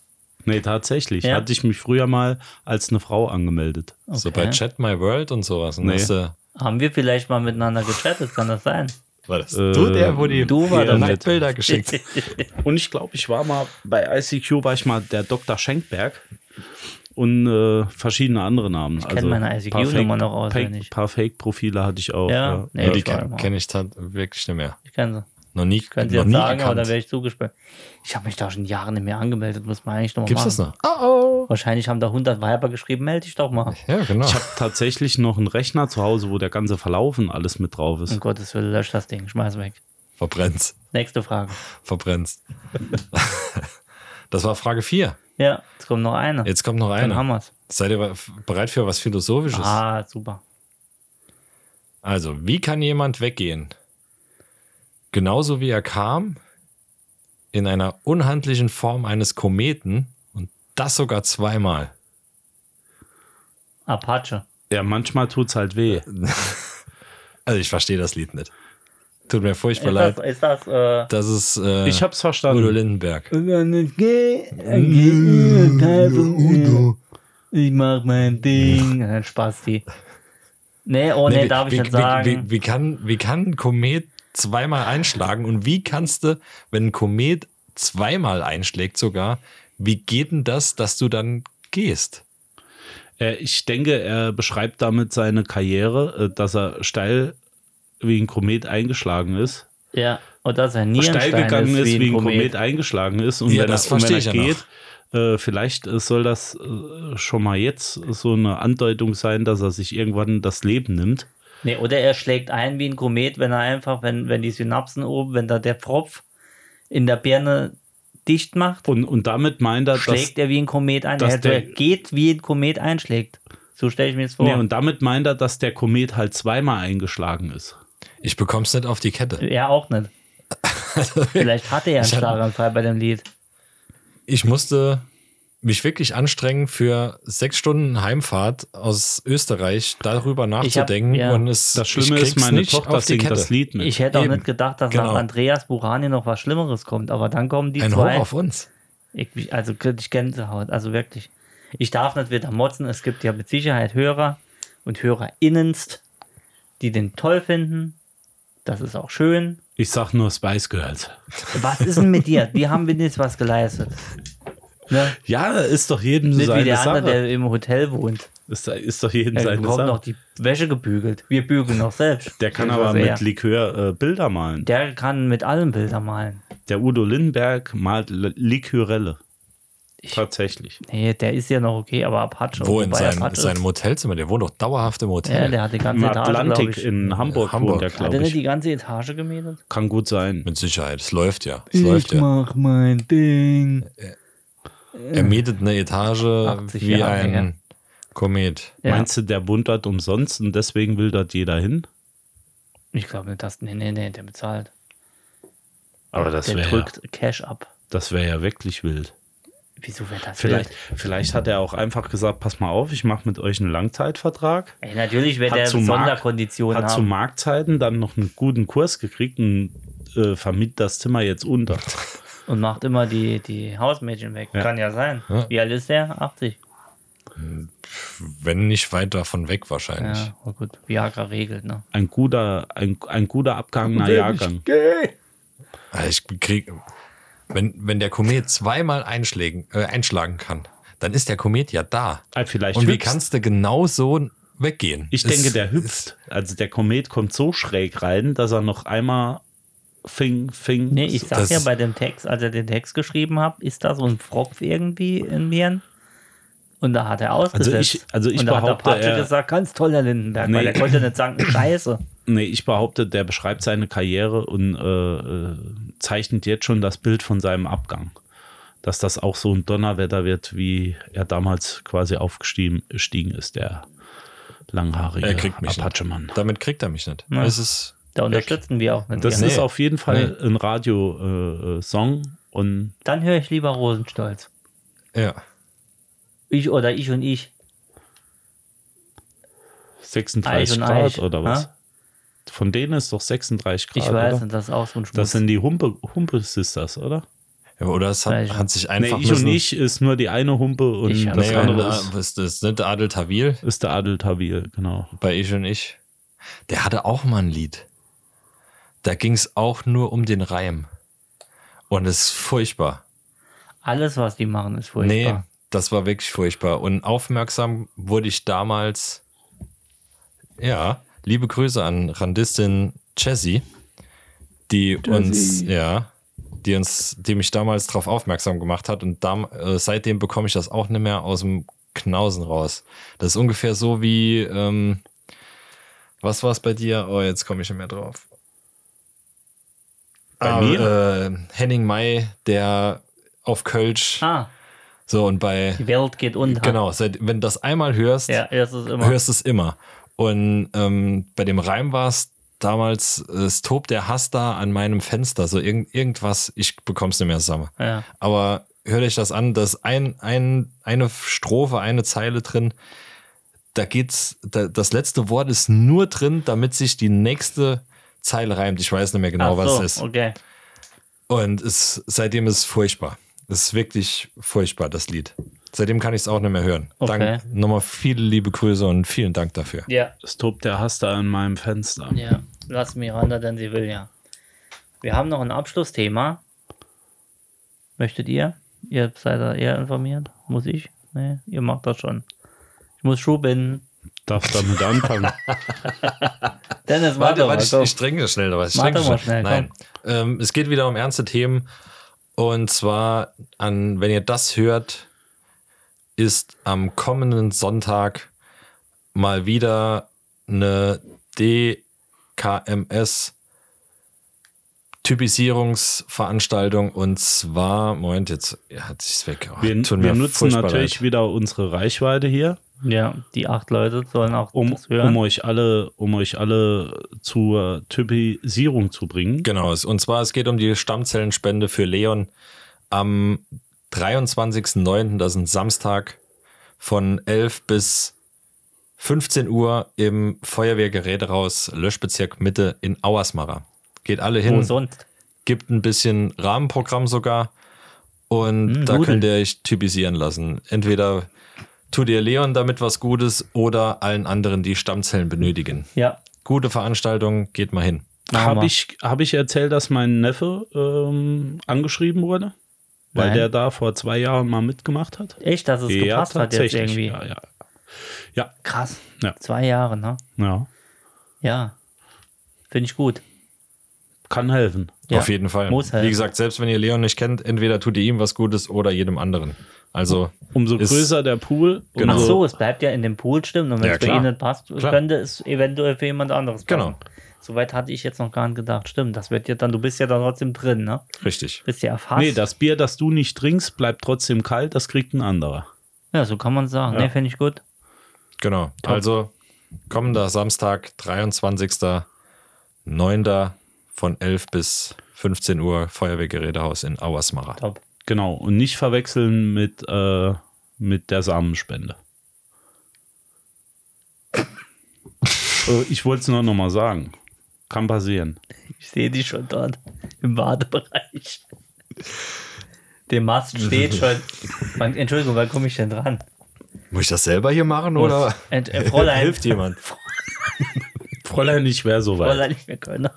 F: Nee, tatsächlich.
D: Ja.
F: Hatte ich mich früher mal als eine Frau angemeldet.
E: So
D: Okay.
E: bei Chat My World und sowas. Und
F: Nee.
E: hast du-
D: Haben wir vielleicht mal miteinander gechattet, kann das sein?
E: war das
F: Äh,
E: du der, wo die
D: du war
E: die
D: das.
E: Nacktbilder geschickt
F: Und ich glaube, ich war mal bei ICQ, war ich mal der Dr. Schenkberg und äh, verschiedene andere Namen. Ich
D: kenn meine ICQ-Nummer noch auswendig.
F: Fake, paar Fake-Profile hatte ich auch.
D: Ja,
F: Ja,
D: nee.
E: Ja, die
D: das war immer.
E: kenne ich tat- wirklich nicht mehr.
D: Ich kann sie.
E: Noch nie,
D: Ich kann sie
E: noch
D: jetzt
E: nie
D: sagen, aber da
E: gekannt.
D: wäre ich zugesperrt. Ich habe mich da schon Jahre nicht mehr angemeldet. Muss man eigentlich nochmal
E: Gibt's
D: machen.
E: das noch?
D: Wahrscheinlich haben da 100 Weiber geschrieben, melde dich doch mal.
E: Ja, genau.
F: Ich habe tatsächlich noch einen Rechner zu Hause, wo der ganze Verlauf und alles mit drauf ist.
D: Um Gottes Willen, lösch das Ding, schmeiß weg.
E: Verbrennst.
D: Nächste Frage.
E: Verbrennst. das war Frage 4.
D: Ja, jetzt kommt noch eine.
E: Jetzt kommt noch
D: Dann haben
E: eine.
D: wir's.
E: Seid ihr be- bereit für was Philosophisches?
D: Ah, super.
E: Also, wie kann jemand weggehen? Genauso wie er kam, in einer unhandlichen Form eines Kometen und das sogar zweimal.
D: Apache.
F: Ja, manchmal tut's halt weh.
E: Also, ich verstehe das Lied nicht. Tut mir furchtbar
D: Ist das,
E: leid.
D: ist das, äh,
E: Das ist äh,
F: Ich hab's
E: Udo
F: verstanden.
E: Lindenberg.
D: äh, ich mach mein Ding. Dann Spasti. Nee, oh nee,
E: wie-
D: darf ich
E: wie,
D: nicht sagen.
E: Wie, wie, wie, kann, wie kann ein Komet zweimal einschlagen? Und wie kannst du, wenn ein Komet zweimal einschlägt sogar, wie geht denn das, dass du dann gehst?
F: Äh, ich denke, er beschreibt damit seine Karriere, äh, dass er steil wie ein Komet eingeschlagen ist.
D: Ja, und dass er Nierenstein
F: steil gegangen ist, wie ein Komet.
D: Komet.
F: eingeschlagen ist. Und
E: Ja,
F: wenn
E: das
F: er, und wenn
E: verstehe ich
F: er
E: ja
F: geht, äh, vielleicht äh, soll das äh, schon mal jetzt so eine Andeutung sein, dass er sich irgendwann das Leben nimmt.
D: Nee, oder er schlägt ein wie ein Komet, wenn er einfach, wenn, wenn die Synapsen oben, wenn da der Pfropf in der Birne dicht macht,
F: Und, und damit meint er, dass,
D: schlägt er wie ein Komet ein.
F: dass
D: Er hätte-
F: der-
D: geht wie ein Komet einschlägt. So stelle ich mir das vor.
F: nee, und damit meint er, dass der Komet halt zweimal eingeschlagen ist.
E: Ich bekomm's nicht auf die Kette.
D: er auch nicht. Vielleicht hatte er einen
E: Ich hab-
D: Schlaganfall bei dem Lied.
E: Ich musste mich wirklich anstrengen, für sechs Stunden Heimfahrt aus Österreich darüber nachzudenken.
D: ja.
E: und es,
F: Das Schlimme
E: ich
F: ist,
E: krieg's
F: meine
E: nicht
F: Tochter
E: auf die
F: singt
E: Kette.
F: das Lied mit.
D: Ich hätte auch
E: Eben.
D: nicht gedacht, dass
E: Genau.
D: nach Andreas Burani noch was Schlimmeres kommt, aber dann kommen die
E: Ein Hoch
D: zwei.
E: auf uns.
D: Ich, mich- also krieg ich Gänsehaut, also wirklich. Ich darf nicht wieder motzen. Es gibt ja mit Sicherheit Hörer und Hörerinnenst, die den toll finden. Das ist auch schön.
F: Ich sag nur Spice Girls.
D: Was ist denn mit dir? Wir haben wenigstens was geleistet. Ne?
F: Ja, ist doch jedem
D: Nicht wie
F: seine
D: der
F: Sache.
D: andere, der im Hotel wohnt.
F: Ist, ist doch
D: Ja,
F: jeden
D: wir
F: seine
D: bekommen
F: Sache.
D: noch die Wäsche gebügelt. Wir bügeln noch selbst.
F: Der kann
D: Das
F: aber
D: ist
F: mit
D: er.
F: Likör äh, Bilder malen. Der,
D: Der kann mit allen Bildern malen.
F: Udo Lindenberg malt L Likörelle.
D: Ich-
F: Tatsächlich.
D: Nee, der ist ja noch okay, aber Apache.
E: Wo in
D: wobei
E: seinem,
D: Apache-
E: seinem Hotelzimmer? Der wohnt doch dauerhaft im Hotel.
D: Ja, der hat die
F: Im
D: ganze Etage, glaube
F: Atlantik
D: ich.
F: in Hamburg,
E: Hamburg.
F: wohnt er,
D: hat er
F: glaube
D: nicht
F: ich.
D: die ganze Etage gemietet?
F: Kann gut sein.
E: Mit Sicherheit. Es läuft ja. Es läuft ja.
D: mach mein Ding.
E: Er mietet eine Etage
D: 80
E: wie
D: Jahre
E: ein
D: her.
E: Komet.
D: Ja,
F: Meinst du, der Bund hat umsonst und deswegen will dort jeder hin?
D: ich ne, glaube nicht, dass. Nee, nee, nee, der bezahlt.
F: Aber das
D: der
F: wäre ja,
D: drückt Cash ab.
F: das wär ja wirklich wild.
D: Wieso wäre das
F: Vielleicht,
D: wild?
F: vielleicht hat er auch einfach gesagt, pass mal auf, ich mache mit euch einen Langzeitvertrag.
D: Ey, natürlich wird
F: Hat
D: der
F: zu Markt-
D: Sonderkonditionen
F: Hat zu
D: haben.
F: Marktzeiten dann noch einen guten Kurs gekriegt und äh, vermiet das Zimmer jetzt unter.
D: Und macht immer die, die Hausmädchen weg.
F: Ja.
D: Kann ja sein. Wie alt ist der? 80.
E: Wenn nicht weit davon weg wahrscheinlich.
D: Ja, oh gut. Viagra regelt, ne?
F: Ein guter, ein, ein guter abgehangener Jahrgang.
E: Also ich krieg, wenn, wenn der Komet zweimal einschlägen, äh, einschlagen kann, dann ist der Komet ja da.
F: Ah, vielleicht
E: Und wie
F: hüpft.
E: kannst du genau so weggehen?
F: Ich
E: Es-
F: denke, der hüpft. Also der Komet kommt so schräg rein, dass er noch einmal fing, fing.
D: Nee, ich sag
E: Das-
D: ja bei dem Text, als er den Text geschrieben hat, ist da so ein Pfropf irgendwie in mir. Und da hat er ausgesetzt.
F: ich- also ich
D: Und da
F: behaupte,
D: hat der
F: er-
D: Patsche gesagt, ganz toll, Herr Lindenberg,
F: Nee.
D: weil er konnte nicht sagen, scheiße.
F: Nee, ich behaupte, der beschreibt seine Karriere und äh, äh, zeichnet jetzt schon das Bild von seinem Abgang. Dass das auch so ein Donnerwetter wird, wie er damals quasi aufgestiegen gestiegen ist, der langhaarige
E: er kriegt mich
F: Apache-Mann.
E: nicht. Damit kriegt er mich nicht.
D: Ja.
E: Es ist
D: Da
E: weg.
D: unterstützen wir auch nicht.
F: Das
D: gerne.
F: ist
E: Nee.
F: auf jeden Fall ein Radio-Song und
D: Dann höre ich lieber Rosenstolz.
E: Ja.
D: Ich oder ich und ich.
F: 36
D: Eis und
F: Grad
D: Eis,
F: oder was?
D: ha?
F: Von denen ist doch 36 Grad.
D: Ich weiß
F: oder?
D: nicht, das ist auch so ein Schmutz.
F: Das sind die Humpe, Humpe Sisters, oder?
E: Ja, Oder es
D: Weiß
E: hat,
D: ich
E: hat sich
F: Nee,
E: einfach
F: ich und
E: müssen-
F: ich ist nur die eine Humpe und
D: Ich hab-
F: das
E: Nee,
F: andere
E: na,
F: ist.
E: was ist das? Nicht Adel Tawil
F: ist der Adel Tawil, genau.
E: bei Ich und ich. Der hatte auch mal ein Lied. Da ging es auch nur um den Reim. Und es ist furchtbar.
D: Alles, was die machen, ist
E: Nee,
D: furchtbar.
E: das war wirklich furchtbar. Und aufmerksam wurde ich damals. Ja, liebe Grüße an Randistin Jessie, die uns, ja, die uns, die mich damals darauf aufmerksam gemacht hat. Und dam, äh, seitdem bekomme ich das auch nicht mehr aus dem Knausen raus. Das ist ungefähr so wie, ähm, was war es bei dir? Oh, jetzt komme ich nicht mehr drauf.
F: Bei
E: Ah,
F: mir?
E: Äh, Henning May, der auf Kölsch.
D: Ah,
E: So, und bei.
D: die Welt geht unter.
E: Genau, seit, wenn du das einmal hörst,
D: Ja, das ist immer.
E: hörst du es immer. Und ähm, bei dem Reim war es damals, äh, es tobt der Hass da an meinem Fenster. So irgend, irgendwas, ich bekomm's nicht mehr zusammen.
D: Ja.
E: Aber hört euch das an, dass ein, ein, eine Strophe, eine Zeile drin, da geht's, da, das letzte Wort ist nur drin, damit sich die nächste Zeile reimt. Ich weiß nicht mehr genau,
D: Ach
E: was
D: so,
E: es ist.
D: Okay.
E: Und es, seitdem ist es furchtbar. Es ist wirklich furchtbar, das Lied. Seitdem kann ich es auch nicht mehr hören.
D: Okay.
E: Dank, nochmal viele liebe Grüße und vielen Dank dafür.
D: Ja,
F: Es tobt der Hass da an meinem Fenster.
D: ja. Lass Miranda, denn sie will ja. Wir haben noch ein Abschlussthema. Möchtet ihr? Ihr seid da eher informiert? Muss ich? Nee, ihr macht das schon. Ich muss Schuh binden.
F: Darf damit anfangen.
D: Dennis, warte,
E: Warte,
D: mal.
E: warte,
D: komm.
E: ich, ich dränge das schnell, aber ich
D: Warte
E: dränge
D: mal
E: das schnell.
D: schnell,
E: Nein, ähm, es geht wieder um ernste Themen. Und zwar an, wenn ihr das hört, ist am kommenden Sonntag mal wieder eine DKMS Typisierungsveranstaltung und zwar, Moment, jetzt hat sich's weg. Oh,
F: Wir,
E: tut
F: wir
E: mir
F: nutzen
E: furchtbar
F: natürlich
E: leid.
F: wieder unsere Reichweite hier,
D: Ja, die acht Leute sollen auch
F: um,
D: das hören.
F: um euch alle, um euch alle zur Typisierung zu bringen.
E: Genau, es- und zwar es geht um die Stammzellenspende für Leon am 23.09., das ist ein Samstag, von 11 bis 15 Uhr im Feuerwehrgeräteraus Löschbezirk Mitte in Auersmacher. Geht alle
D: Wo
E: hin,
D: sonst?
E: gibt ein bisschen Rahmenprogramm sogar und da
D: Nudeln.
E: könnt ihr euch typisieren lassen. Entweder tut ihr Leon damit was Gutes oder allen anderen, die Stammzellen benötigen.
D: Ja.
E: Gute Veranstaltung, geht mal hin.
D: machen wir.
F: Habe ich, hab ich erzählt, dass mein Neffe ähm, angeschrieben wurde? Weil
D: Nein.
F: der da vor zwei Jahren mal mitgemacht hat?
D: Echt, dass es gepasst hat jetzt irgendwie.
F: Ja, ja. Ja,
D: Krass.
F: Ja.
D: Zwei Jahre, ne?
F: ja.
D: Ja. Finde ich gut.
F: Kann helfen.
D: Ja.
E: Auf jeden Fall.
D: Muss halt. helfen.
E: Wie gesagt, selbst wenn ihr Leon nicht kennt, entweder tut ihr ihm was Gutes oder jedem anderen. Also
D: Um,
F: Umso
E: ist-
F: größer der Pool,
E: Genau.
D: Ach
F: umso
D: so, es bleibt ja in dem Pool, stimmt. Und wenn
E: Ja,
D: es für
E: klar.
D: ihn nicht passt,
E: Klar.
D: könnte es eventuell für jemand anderes passen.
E: Genau.
D: Soweit hatte ich jetzt noch gar nicht gedacht. Stimmt, das wird ja dann, du bist ja dann trotzdem drin, ne?
E: richtig.
D: Bist ja erfasst.
F: Nee, das Bier, das du nicht trinkst, bleibt trotzdem kalt, das kriegt ein anderer.
D: ja, so kann man sagen. Ne, finde ich gut.
E: Genau. Also kommender Samstag, 23.09. von 11 bis 15 Uhr Feuerwehrgerätehaus in Auersmacher.
D: Top.
F: Genau, und nicht verwechseln mit, äh, mit der Samenspende. Äh, ich wollte es nur nochmal sagen. Kann passieren.
D: Ich sehe die schon dort im Badebereich. Der Mast steht schon. Wann- Entschuldigung, wann komme ich denn dran?
E: Muss ich das selber hier machen oder
D: Ent- äh, Fräulein.
E: hilft jemand?
F: Fräulein, ich wäre soweit.
D: Fräulein, ich mehr können.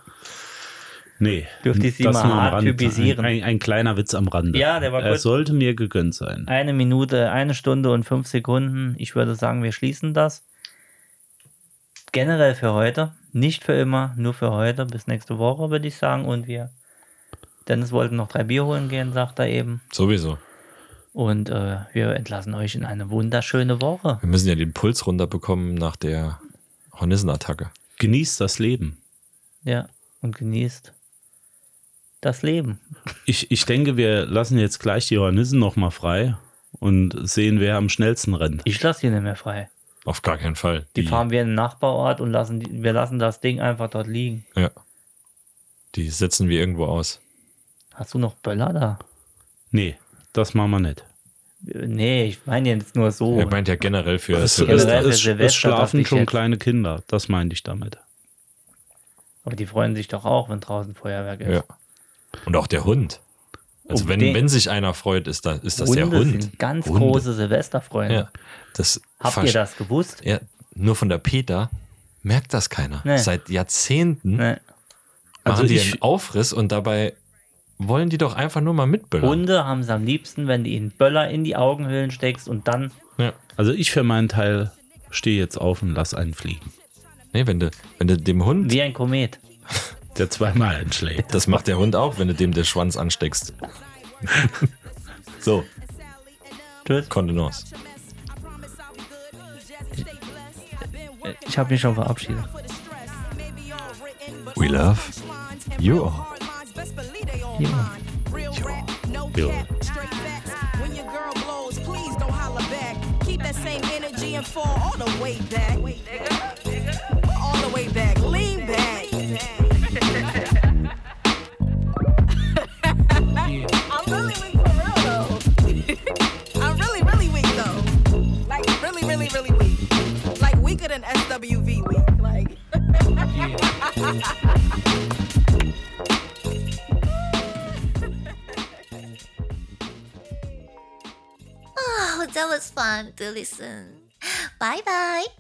F: Nee.
D: Dürfte ich Sie
F: das
D: mal
F: nur am
D: hart
F: Rand.
D: typisieren?
F: Ein, ein, ein kleiner Witz am Rande.
D: Ja, der war
F: Er
D: gut.
F: sollte mir gegönnt sein.
D: Eine Minute, eine Stunde und fünf Sekunden. Ich würde sagen, wir schließen das. Generell für heute. Nicht für immer, nur für heute. Bis nächste Woche, würde ich sagen. Und wir. Dennis wollte noch drei Bier holen gehen, sagt er eben.
E: Sowieso.
D: Und äh, wir entlassen euch in eine wunderschöne Woche.
E: Wir müssen ja den Puls runterbekommen nach der Hornissenattacke.
F: Genießt das Leben.
D: Ja. Und genießt das Leben.
F: Ich, ich denke, wir lassen jetzt gleich die Hornissen nochmal frei und sehen, wer am schnellsten rennt.
D: Ich lasse die nicht mehr frei.
E: Auf gar keinen Fall.
D: Die fahren wir in den Nachbarort und lassen die, wir lassen das Ding einfach dort liegen.
E: Ja. Die setzen wir irgendwo aus.
D: Hast du noch Böller da?
F: Nee, das machen wir nicht.
D: Äh, Nee, ich meine jetzt nur so.
E: Er meint ja generell für
F: Es, es,
E: Silvester.
D: Oh. generell für
F: es, es
D: Silvester dachte
F: schlafen
D: ich
F: schon
D: jetzt.
F: kleine Kinder, das meinte ich damit.
D: Aber die freuen sich doch auch, wenn draußen Feuerwerk ist.
E: Ja. Und auch der Hund. Also
D: Oh,
E: wenn,
D: den-
E: wenn sich einer freut, ist, da, ist das der
D: Hunde
E: Hund.
D: sind ganz
E: Hunde.
D: große Silvesterfreunde.
E: Ja. Das
D: Habt
E: versch-
D: ihr das gewusst?
E: Ja, nur von der Peter merkt das keiner.
D: Nee.
E: Seit Jahrzehnten machen
D: Nee.
F: Also
E: die
F: ich-
E: einen Aufriss und dabei wollen die doch einfach nur mal mitböllern.
D: Hunde haben es am liebsten, wenn du ihnen Böller in die Augenhöhlen steckst und dann
E: Ja.
F: Also ich für meinen Teil stehe jetzt auf und lass einen fliegen,
E: Nee, wenn du, wenn du dem Hund,
D: wie ein Komet.
F: der zweimal einschlägt.
E: das macht der Hund auch, wenn du dem den Schwanz ansteckst. so,
D: Tschüss.
E: Kontenance.
D: Ich habe mich schon verabschiedet.
E: We love you all.
F: You all.
C: When your girl blows, please don't holler back. Keep that same energy and fall all the way back. All the way back. Lean back. I'm really weak for real though. I'm really, really weak though. Like really, really, really weak. Like weaker than SWV weak. Like.
A: Oh, that was fun to listen. Bye bye.